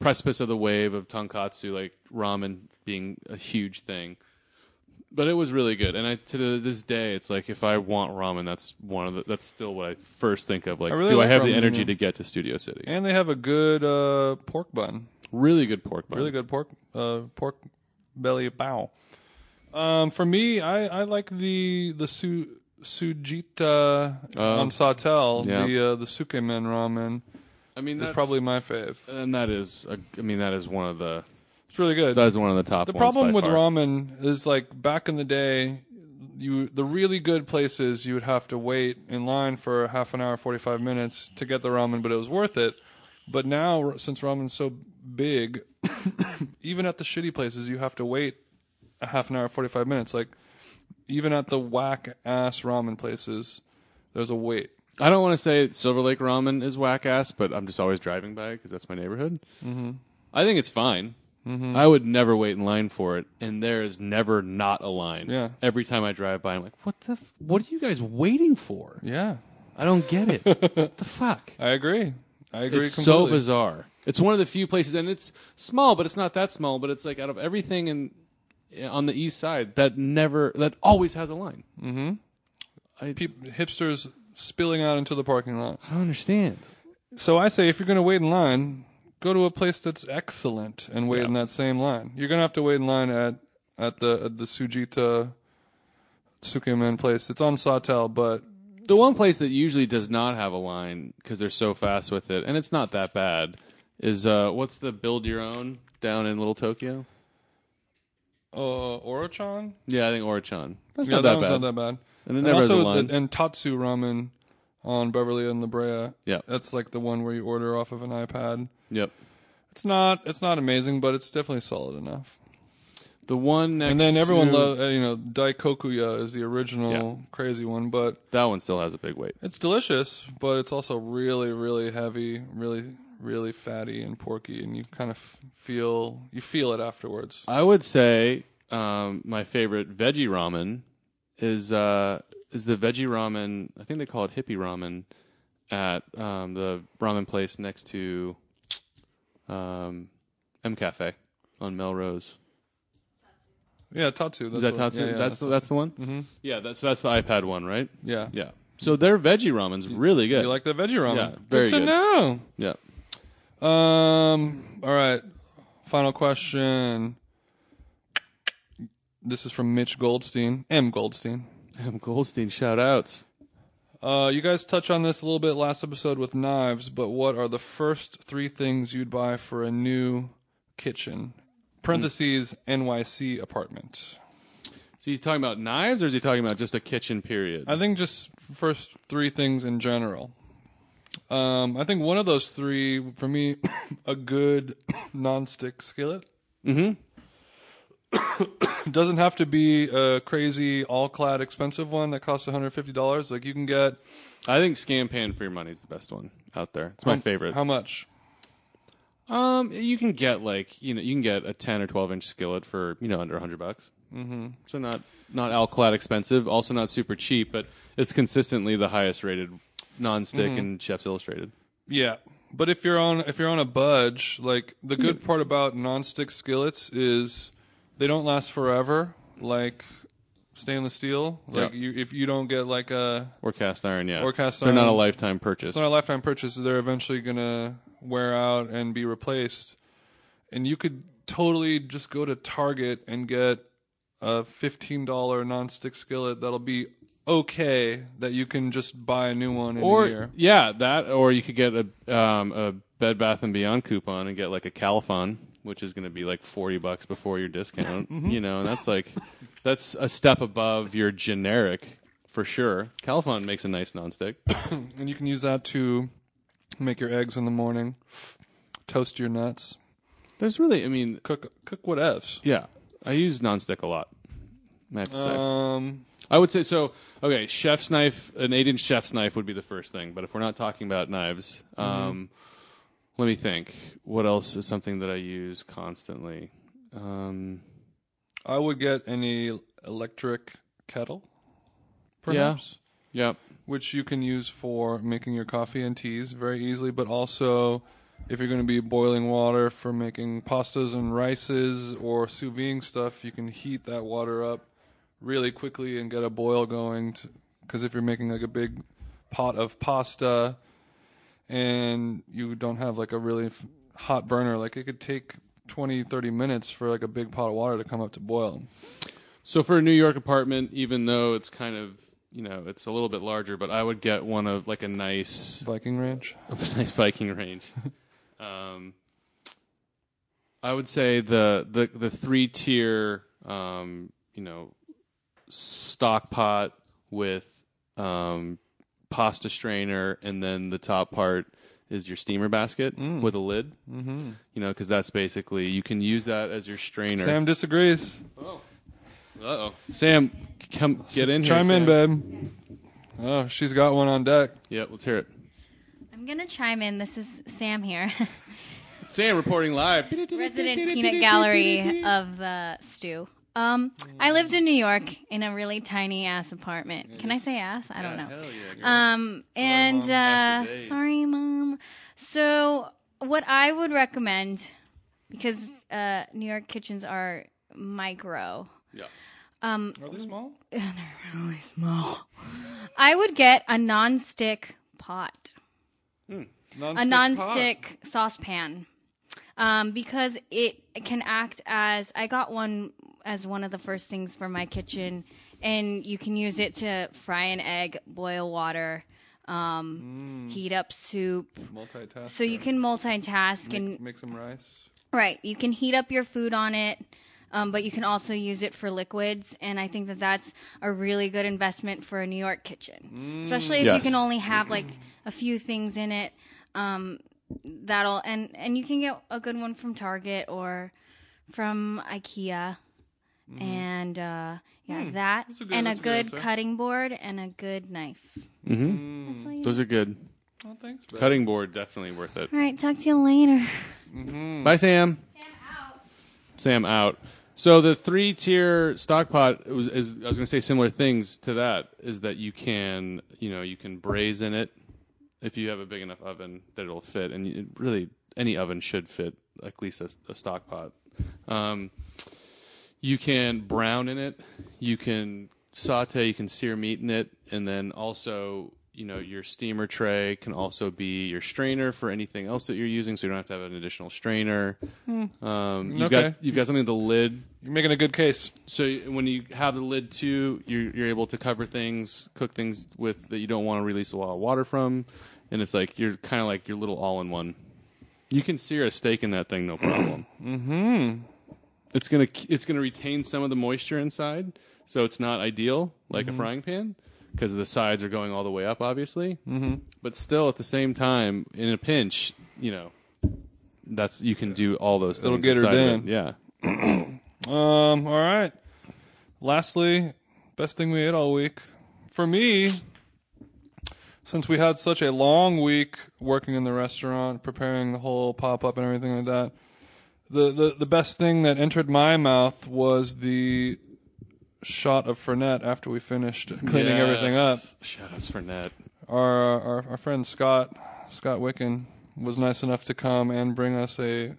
Speaker 4: precipice of the wave of tonkatsu, like ramen being a huge thing. But it was really good, and I to this day, it's like if I want ramen, that's one of the that's still what I first think of. Like,
Speaker 3: I really
Speaker 4: do
Speaker 3: like
Speaker 4: I have
Speaker 3: ramen,
Speaker 4: the energy
Speaker 3: yeah.
Speaker 4: to get to Studio City?
Speaker 3: and they have a good uh, pork bun.
Speaker 4: Really good pork bun.
Speaker 3: Really good pork, uh, pork belly bow. Um, for me, I, I like the the su, sujita on Sautel,
Speaker 4: yeah.
Speaker 3: the uh, the sukemen ramen.
Speaker 4: I mean,
Speaker 3: That's
Speaker 4: that's
Speaker 3: is probably my fave.
Speaker 4: and that is. A, I mean, that is one of the
Speaker 3: It's really good.
Speaker 4: that is one of the top.
Speaker 3: the
Speaker 4: ones
Speaker 3: problem
Speaker 4: by
Speaker 3: with
Speaker 4: far.
Speaker 3: ramen is like back in the day, you the really good places you would have to wait in line for half an hour, forty five minutes to get the ramen, but it was worth it. But now, since ramen's so big, *coughs* even at the shitty places, you have to wait a half an hour, forty five minutes. Like even at the whack ass ramen places, there's a wait.
Speaker 4: I don't want to say Silver Lake Ramen is whack ass, but I'm just always driving by it because that's my neighborhood. Mm-hmm. I think it's fine. I would never wait in line for it, and there is never not a line.
Speaker 3: Yeah.
Speaker 4: Every time I drive by, I'm like, "What the? F- what are you guys waiting for?
Speaker 3: Yeah,
Speaker 4: I don't
Speaker 3: *laughs*
Speaker 4: get it. what the fuck?
Speaker 3: I agree. I agree
Speaker 4: It's
Speaker 3: completely.
Speaker 4: so bizarre. It's one of the few places, and it's small, but it's not that small. But it's like out of everything in on the east side that never that always has a line.
Speaker 3: Peop- hipsters spilling out into the parking lot.
Speaker 4: I don't understand.
Speaker 3: So I say, if you're going to wait in line, go to a place that's excellent and wait in that same line. You're going to have to wait in line at at the at the Sujita Tsukemen place. It's on Sawtelle, but
Speaker 4: The one place that usually does not have a line because they're so fast with it, and it's not that bad, is uh, what's the build your own down in Little Tokyo?
Speaker 3: uh, Orochan.
Speaker 4: Yeah, I think Orichan. That's
Speaker 3: yeah,
Speaker 4: not
Speaker 3: that
Speaker 4: that
Speaker 3: one's
Speaker 4: bad.
Speaker 3: not that bad.
Speaker 4: And it
Speaker 3: And
Speaker 4: never has a
Speaker 3: also,
Speaker 4: line.
Speaker 3: the, and Tatsu Ramen on Beverly and La Brea.
Speaker 4: Yeah.
Speaker 3: that's like the one where you order off of an iPad.
Speaker 4: yep.
Speaker 3: It's not it's not amazing, but it's definitely solid enough.
Speaker 4: The one next
Speaker 3: And then everyone
Speaker 4: to-
Speaker 3: loves, you know, Daikokuya is the original crazy one, but
Speaker 4: that one still has a big weight.
Speaker 3: It's delicious, but it's also really, really heavy, really, really fatty and porky, and you kind of f- feel you feel it afterwards.
Speaker 4: I would say um, my favorite veggie ramen is uh, is the veggie ramen. I think they call it hippie ramen at um, the ramen place next to um, M Cafe on Melrose.
Speaker 3: Yeah, tatsu. That's
Speaker 4: Is that
Speaker 3: what-
Speaker 4: Tatsu?
Speaker 3: Yeah, yeah,
Speaker 4: that's, the, that's the one. Mm-hmm. Yeah, that's that's the iPad one, right?
Speaker 3: yeah.
Speaker 4: Yeah. So their veggie ramen's really good.
Speaker 3: You like the veggie ramen?
Speaker 4: Yeah, very
Speaker 3: good to
Speaker 4: good.
Speaker 3: know.
Speaker 4: yeah.
Speaker 3: Um. All right. Final question. This is from Mitch Goldstein, M. Goldstein.
Speaker 4: M. Goldstein shout outs.
Speaker 3: Uh, you guys touched on this a little bit last episode with knives, but what are the first three things you'd buy for a new kitchen? Parentheses NYC apartment.
Speaker 4: So he's talking about knives, or is he talking about just a kitchen period?
Speaker 3: I think just first three things in general. Um, I think one of those three for me, *coughs* a good *coughs* nonstick skillet. Mm-hmm. *coughs* Doesn't have to be a crazy all-clad expensive one that costs one hundred fifty dollars. Like you can get
Speaker 4: I think scam pan for your money is the best one out there. It's my favorite.
Speaker 3: How much?
Speaker 4: Um, you can get like you know you can get a ten or twelve inch skillet for you know under hundred bucks. Mm-hmm. So not not alclad expensive, also not super cheap, but it's consistently the highest rated nonstick
Speaker 3: Mm-hmm.
Speaker 4: in Chefs Illustrated.
Speaker 3: Yeah, but if you're on if you're on a budge, like the good part about nonstick skillets is they don't last forever, like stainless steel. Like
Speaker 4: Yeah.
Speaker 3: you, if you don't get like a
Speaker 4: Or cast iron, yeah.
Speaker 3: Or cast
Speaker 4: They're not a
Speaker 3: iron.
Speaker 4: lifetime purchase.
Speaker 3: it's not a lifetime purchase, they're eventually gonna wear out and be replaced. And you could totally just go to Target and get a fifteen dollar nonstick skillet that'll be okay that you can just buy a new one in
Speaker 4: or
Speaker 3: a year.
Speaker 4: yeah, that or you could get a um, a Bed Bath and Beyond coupon and get like a Califon, which is going to be like forty bucks before
Speaker 3: *laughs*
Speaker 4: your discount.
Speaker 3: Mm-hmm.
Speaker 4: You know, and that's like that's a step above your generic for sure. Califon makes a nice nonstick.
Speaker 3: And you can use that to make your eggs in the morning, toast your nuts,
Speaker 4: There's really, I mean,
Speaker 3: cook cook what F's.
Speaker 4: yeah, I use nonstick a lot. I have to say,
Speaker 3: Um,
Speaker 4: I would say so. Okay, chef's knife, an eight-inch chef's knife would be the first thing. But if we're not talking about knives, um, let me think. What else is something that I use constantly? Um,
Speaker 3: I would get any electric kettle, perhaps,
Speaker 4: yep.
Speaker 3: which you can use for making your coffee and teas very easily, but also if you're going to be boiling water for making pastas and rices or sous videing stuff, you can heat that water up really quickly and get a boil going. Because if you're making like a big pot of pasta, and you don't have like a really f- hot burner like it could take 20 30 minutes for like a big pot of water to come up to boil
Speaker 4: So for a New York apartment, even though it's kind of you know it's a little bit larger, but I would get one of like a nice,
Speaker 3: viking ranch
Speaker 4: a *laughs* nice Viking range. um, I would say the the the three tier, um, you know, stock pot with um, pasta strainer, and then the top part is your steamer basket
Speaker 3: Mm.
Speaker 4: with a lid. Mm-hmm. You know, because that's basically you can use that as your strainer.
Speaker 3: sam disagrees
Speaker 4: Uh oh. Sam, come get in
Speaker 3: Chime
Speaker 4: here.
Speaker 3: in,
Speaker 4: Sam.
Speaker 3: babe. Oh, she's got one on deck.
Speaker 4: Yeah, let's hear it.
Speaker 5: I'm gonna chime in. This is Sam here,
Speaker 4: Sam reporting live.
Speaker 5: resident peanut gallery of the stew. Um, I lived in New York in a really tiny ass apartment. Can I say ass? I don't know.
Speaker 4: Hell yeah, girl.
Speaker 5: Um, and
Speaker 4: Mom. Ask the
Speaker 5: uh,
Speaker 4: days.
Speaker 5: sorry, mom. So, what I would recommend, because uh, New York kitchens are micro,
Speaker 4: yeah.
Speaker 3: Are they small?
Speaker 5: really small. I would get a non-stick pot. a non-stick saucepan um, because it can act as i got one as one of the first things for my kitchen and you can use it to fry an egg boil water um, heat up soup
Speaker 3: Multitask.
Speaker 5: so you can multitask and
Speaker 3: make some rice.
Speaker 5: Right. You can heat up your food on it, um, but you can also use it for liquids. And I think that that's a really good investment for a New York
Speaker 3: Mm.
Speaker 5: kitchen, especially if you
Speaker 4: Yes.
Speaker 5: can only have like a few things in it. Um, that'll and and you can get a good one from Target or from IKEA. And uh, yeah, that
Speaker 3: Mm-hmm. Hmm. That's a good-
Speaker 5: and a
Speaker 3: that's a good
Speaker 5: good,
Speaker 3: answer. Mm.
Speaker 5: cutting board and a good knife.
Speaker 4: Mm-hmm.
Speaker 5: That's all you
Speaker 4: Those are good.
Speaker 3: Oh, thanks, babe.
Speaker 4: Cutting board, definitely worth it.
Speaker 5: All right, talk to you later.
Speaker 4: Bye, Sam. Sam out. So the three tier stock pot was is, I was going to say similar things to that is that you can you know you can braise in it if you have a big enough oven that it'll fit and it really any oven should fit at least a, a stock pot. Um, you can brown in it. You can saute. You can sear meat in it, and then also you know your steamer tray can also be your strainer for anything else that you're using, so you don't have to have an additional strainer. Um, you've
Speaker 3: Okay.
Speaker 4: got you've got something with the lid.
Speaker 3: You're making a good case.
Speaker 4: So y- when you have the lid too, you're you're able to cover things, cook things with that you don't want to release a lot of water from, and it's like you're kind of like your little all in one. You can sear a steak in that thing,
Speaker 3: *clears throat*
Speaker 4: no problem. mm-hmm. It's gonna k- it's gonna retain some of the moisture inside, so it's not ideal like
Speaker 3: Mm-hmm.
Speaker 4: a frying pan because the sides are going all the way up, obviously. Mm-hmm. But still, at the same time, in a pinch, you know, that's you can do all those things.
Speaker 3: It'll get her
Speaker 4: inside of it.
Speaker 3: done.
Speaker 4: Yeah.
Speaker 3: Um. All right. Lastly, best thing we ate all week. For me, since we had such a long week working in the restaurant, preparing the whole pop up and everything like that, the, the the best thing that entered my mouth was the shot of Fernet after we finished cleaning everything up.
Speaker 4: Shout outs for Ned.
Speaker 3: Our, our our friend Scott Scott Wicken was nice enough to come and bring us a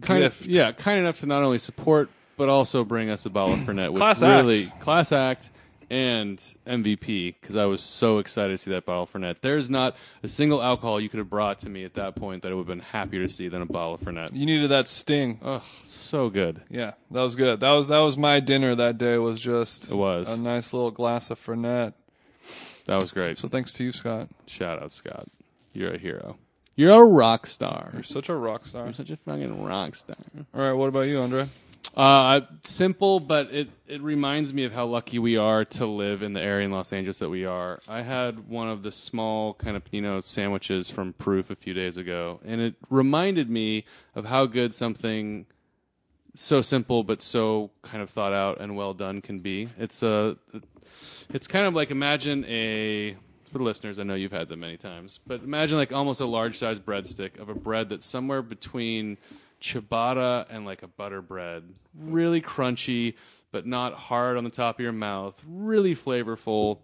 Speaker 4: kind
Speaker 3: gift.
Speaker 4: Of, yeah, kind enough to not only support but also bring us a bottle of Fernet, which
Speaker 3: Class act.
Speaker 4: really class act and MVP because I was so excited to see that bottle of Fernet. There's not a single alcohol you could have brought to me at that point that I would have been happier to see than a bottle of Fernet.
Speaker 3: You needed that sting.
Speaker 4: Oh, so good.
Speaker 3: Yeah, that was good. That was that was my dinner that day. Was just
Speaker 4: It was.
Speaker 3: a nice little glass of Fernet.
Speaker 4: That was great.
Speaker 3: So thanks to you, Scott.
Speaker 4: Shout out, Scott. You're a hero. You're a rock star.
Speaker 3: You're such a rock star.
Speaker 4: You're such a fucking rock star.
Speaker 3: All right, what about you, Andre?
Speaker 4: Uh, simple, but it, it reminds me of how lucky we are to live in the area in Los Angeles that we are. I had one of the small kind of pino sandwiches from Proof a few days ago, and it reminded me of how good something so simple but so kind of thought out and well done can be. It's a, it's kind of like imagine a for the listeners. I know you've had them many times, but imagine like almost a large size breadstick of a bread that's somewhere between ciabatta and like a butter bread, really crunchy but not hard on the top of your mouth, really flavorful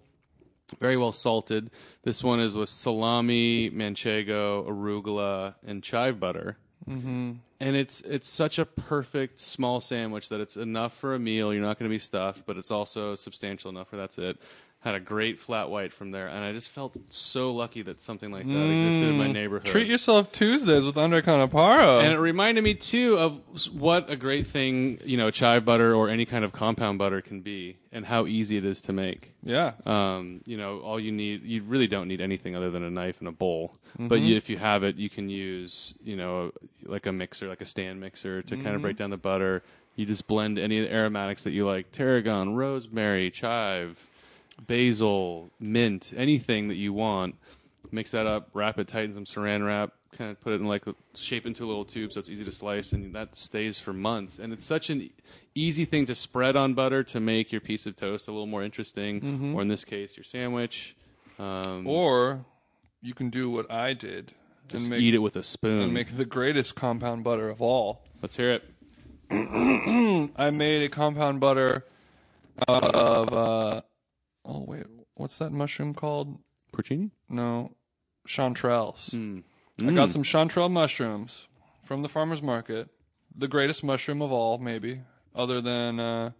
Speaker 4: very well salted. This one is with salami, manchego, arugula, and chive butter. Mm-hmm. And it's it's such a perfect small sandwich that it's enough for a meal. You're not going to be stuffed, but it's also substantial enough where that's it. Had a great flat white from there, and I just felt so lucky that something like that existed in my neighborhood.
Speaker 3: Mm. Treat yourself Tuesdays with Andre Conaparo.
Speaker 4: And it reminded me too of s- what a great thing you know chive butter or any kind of compound butter can be, and how easy it is to make
Speaker 3: yeah,
Speaker 4: um, you know, all you need, you really don't need anything other than a knife and a bowl. But you, if you have it, you can use, you know, like a mixer, like a stand mixer to kind of break down the butter. You just blend any of the aromatics that you like tarragon, rosemary, chive, basil, mint, anything that you want. Mix that up, wrap it tight in some saran wrap, kind of put it in like a shape into a little tube so it's easy to slice, and that stays for months. And it's such an e- easy thing to spread on butter to make your piece of toast a little more interesting, or in this case, your sandwich. Um,
Speaker 3: Or you can do what I did
Speaker 4: just
Speaker 3: and make
Speaker 4: eat it with a spoon.
Speaker 3: and make the greatest compound butter of all.
Speaker 4: Let's hear it.
Speaker 3: I made a compound butter out of uh, oh wait, what's that mushroom called?
Speaker 4: Porcini?
Speaker 3: No, chanterelles. I got some chanterelle mushrooms from the farmer's market. The greatest mushroom of all, maybe, other than uh,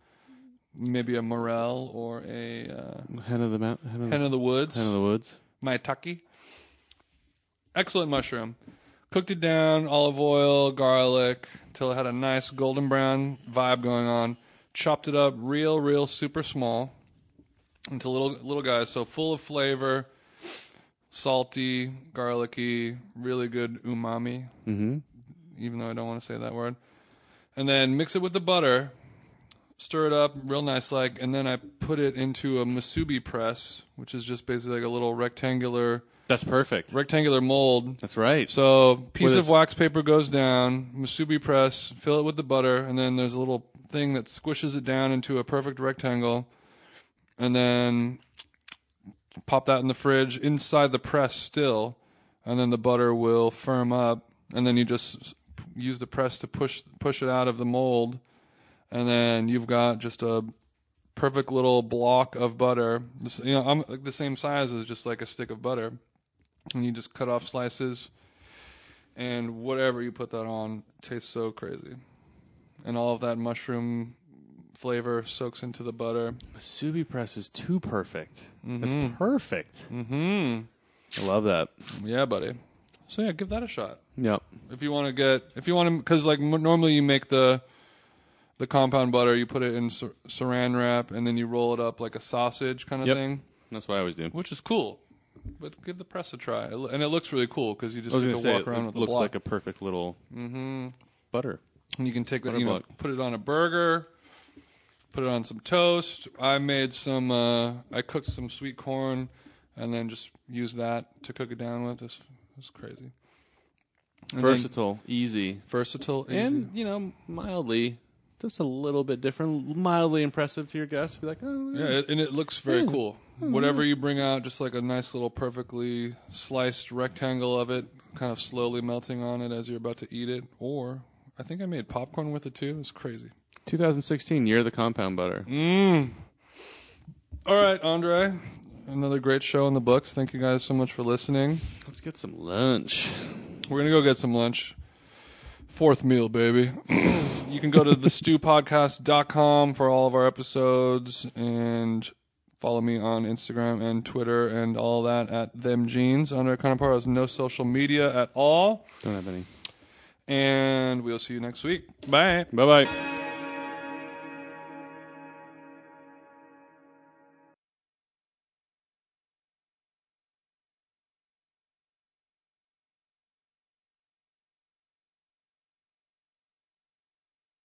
Speaker 3: maybe a morel or a uh,
Speaker 4: Hen of the mountain. Hen of the,
Speaker 3: hen of the woods,
Speaker 4: Mm. hen of the woods.
Speaker 3: maitake. Excellent mushroom. Cooked it down, olive oil, garlic, till it had a nice golden brown vibe going on. Chopped it up real, real super small into little little guys. So full of flavor, salty, garlicky, really good umami. Mm-hmm. Even though I don't want to say that word. And then mix it with the butter, stir it up real nice, like, and then I put it into a masubi press, which is just basically like a little rectangular
Speaker 4: That's perfect.
Speaker 3: rectangular mold.
Speaker 4: That's right.
Speaker 3: So piece
Speaker 4: With a
Speaker 3: of
Speaker 4: s-
Speaker 3: wax paper goes down, masubi press, fill it with the butter, and then there's a little thing that squishes it down into a perfect rectangle, and then pop that in the fridge inside the press still, and then the butter will firm up, and then you just s- use the press to push push it out of the mold, and then you've got just a perfect little block of butter. This, you know, I'm like the same size as just like a stick of butter, and you just cut off slices, and whatever you put that on tastes so crazy, and all of that mushroom flavor soaks into the butter.
Speaker 4: Masubi press is too perfect. It's perfect. Mm-hmm. I love that.
Speaker 3: Yeah, buddy. So yeah, give that a shot.
Speaker 4: Yep.
Speaker 3: if you want to get if you want to because like m- normally you make the the compound butter you put it in sar- saran wrap and then you roll it up like a sausage kind of
Speaker 4: Yep.
Speaker 3: thing
Speaker 4: That's what I always do.
Speaker 3: which is cool but give the press a try It lo- and it looks really cool because you just
Speaker 4: I was
Speaker 3: get
Speaker 4: gonna
Speaker 3: to
Speaker 4: say
Speaker 3: walk
Speaker 4: it
Speaker 3: around
Speaker 4: loo-
Speaker 3: with
Speaker 4: looks
Speaker 3: a block
Speaker 4: like a Mm-hmm. perfect little butter.
Speaker 3: and you can take that
Speaker 4: butter
Speaker 3: you know,
Speaker 4: block.
Speaker 3: put it on a burger put it on some toast i made some uh, i cooked some sweet corn and then just use that to cook it down with it's, it's crazy And then
Speaker 4: Versatile, easy,
Speaker 3: versatile easy.
Speaker 4: and you know mildly, just a little bit different. Mildly impressive to your guests. Be like, oh,
Speaker 3: Yeah, it, and it looks very
Speaker 4: Hmm.
Speaker 3: cool. Whatever you bring out, just like a nice little perfectly sliced rectangle of it, kind of slowly melting on it as you're about to eat it. Or I think I made popcorn with it too. It's crazy.
Speaker 4: 2016 year of the compound butter.
Speaker 3: Mm. All right, Andre, another great show in the books. Thank you guys so much for listening.
Speaker 4: Let's get some lunch.
Speaker 3: We're gonna go get some lunch. Fourth meal, baby. *clears throat* you can go to thestewpodcast.com for all of our episodes and follow me on Instagram and Twitter and all that at them jeans. Andre Conaparo has no social media at all.
Speaker 4: Don't have any.
Speaker 3: And we'll see you next week. Bye.
Speaker 4: Bye bye.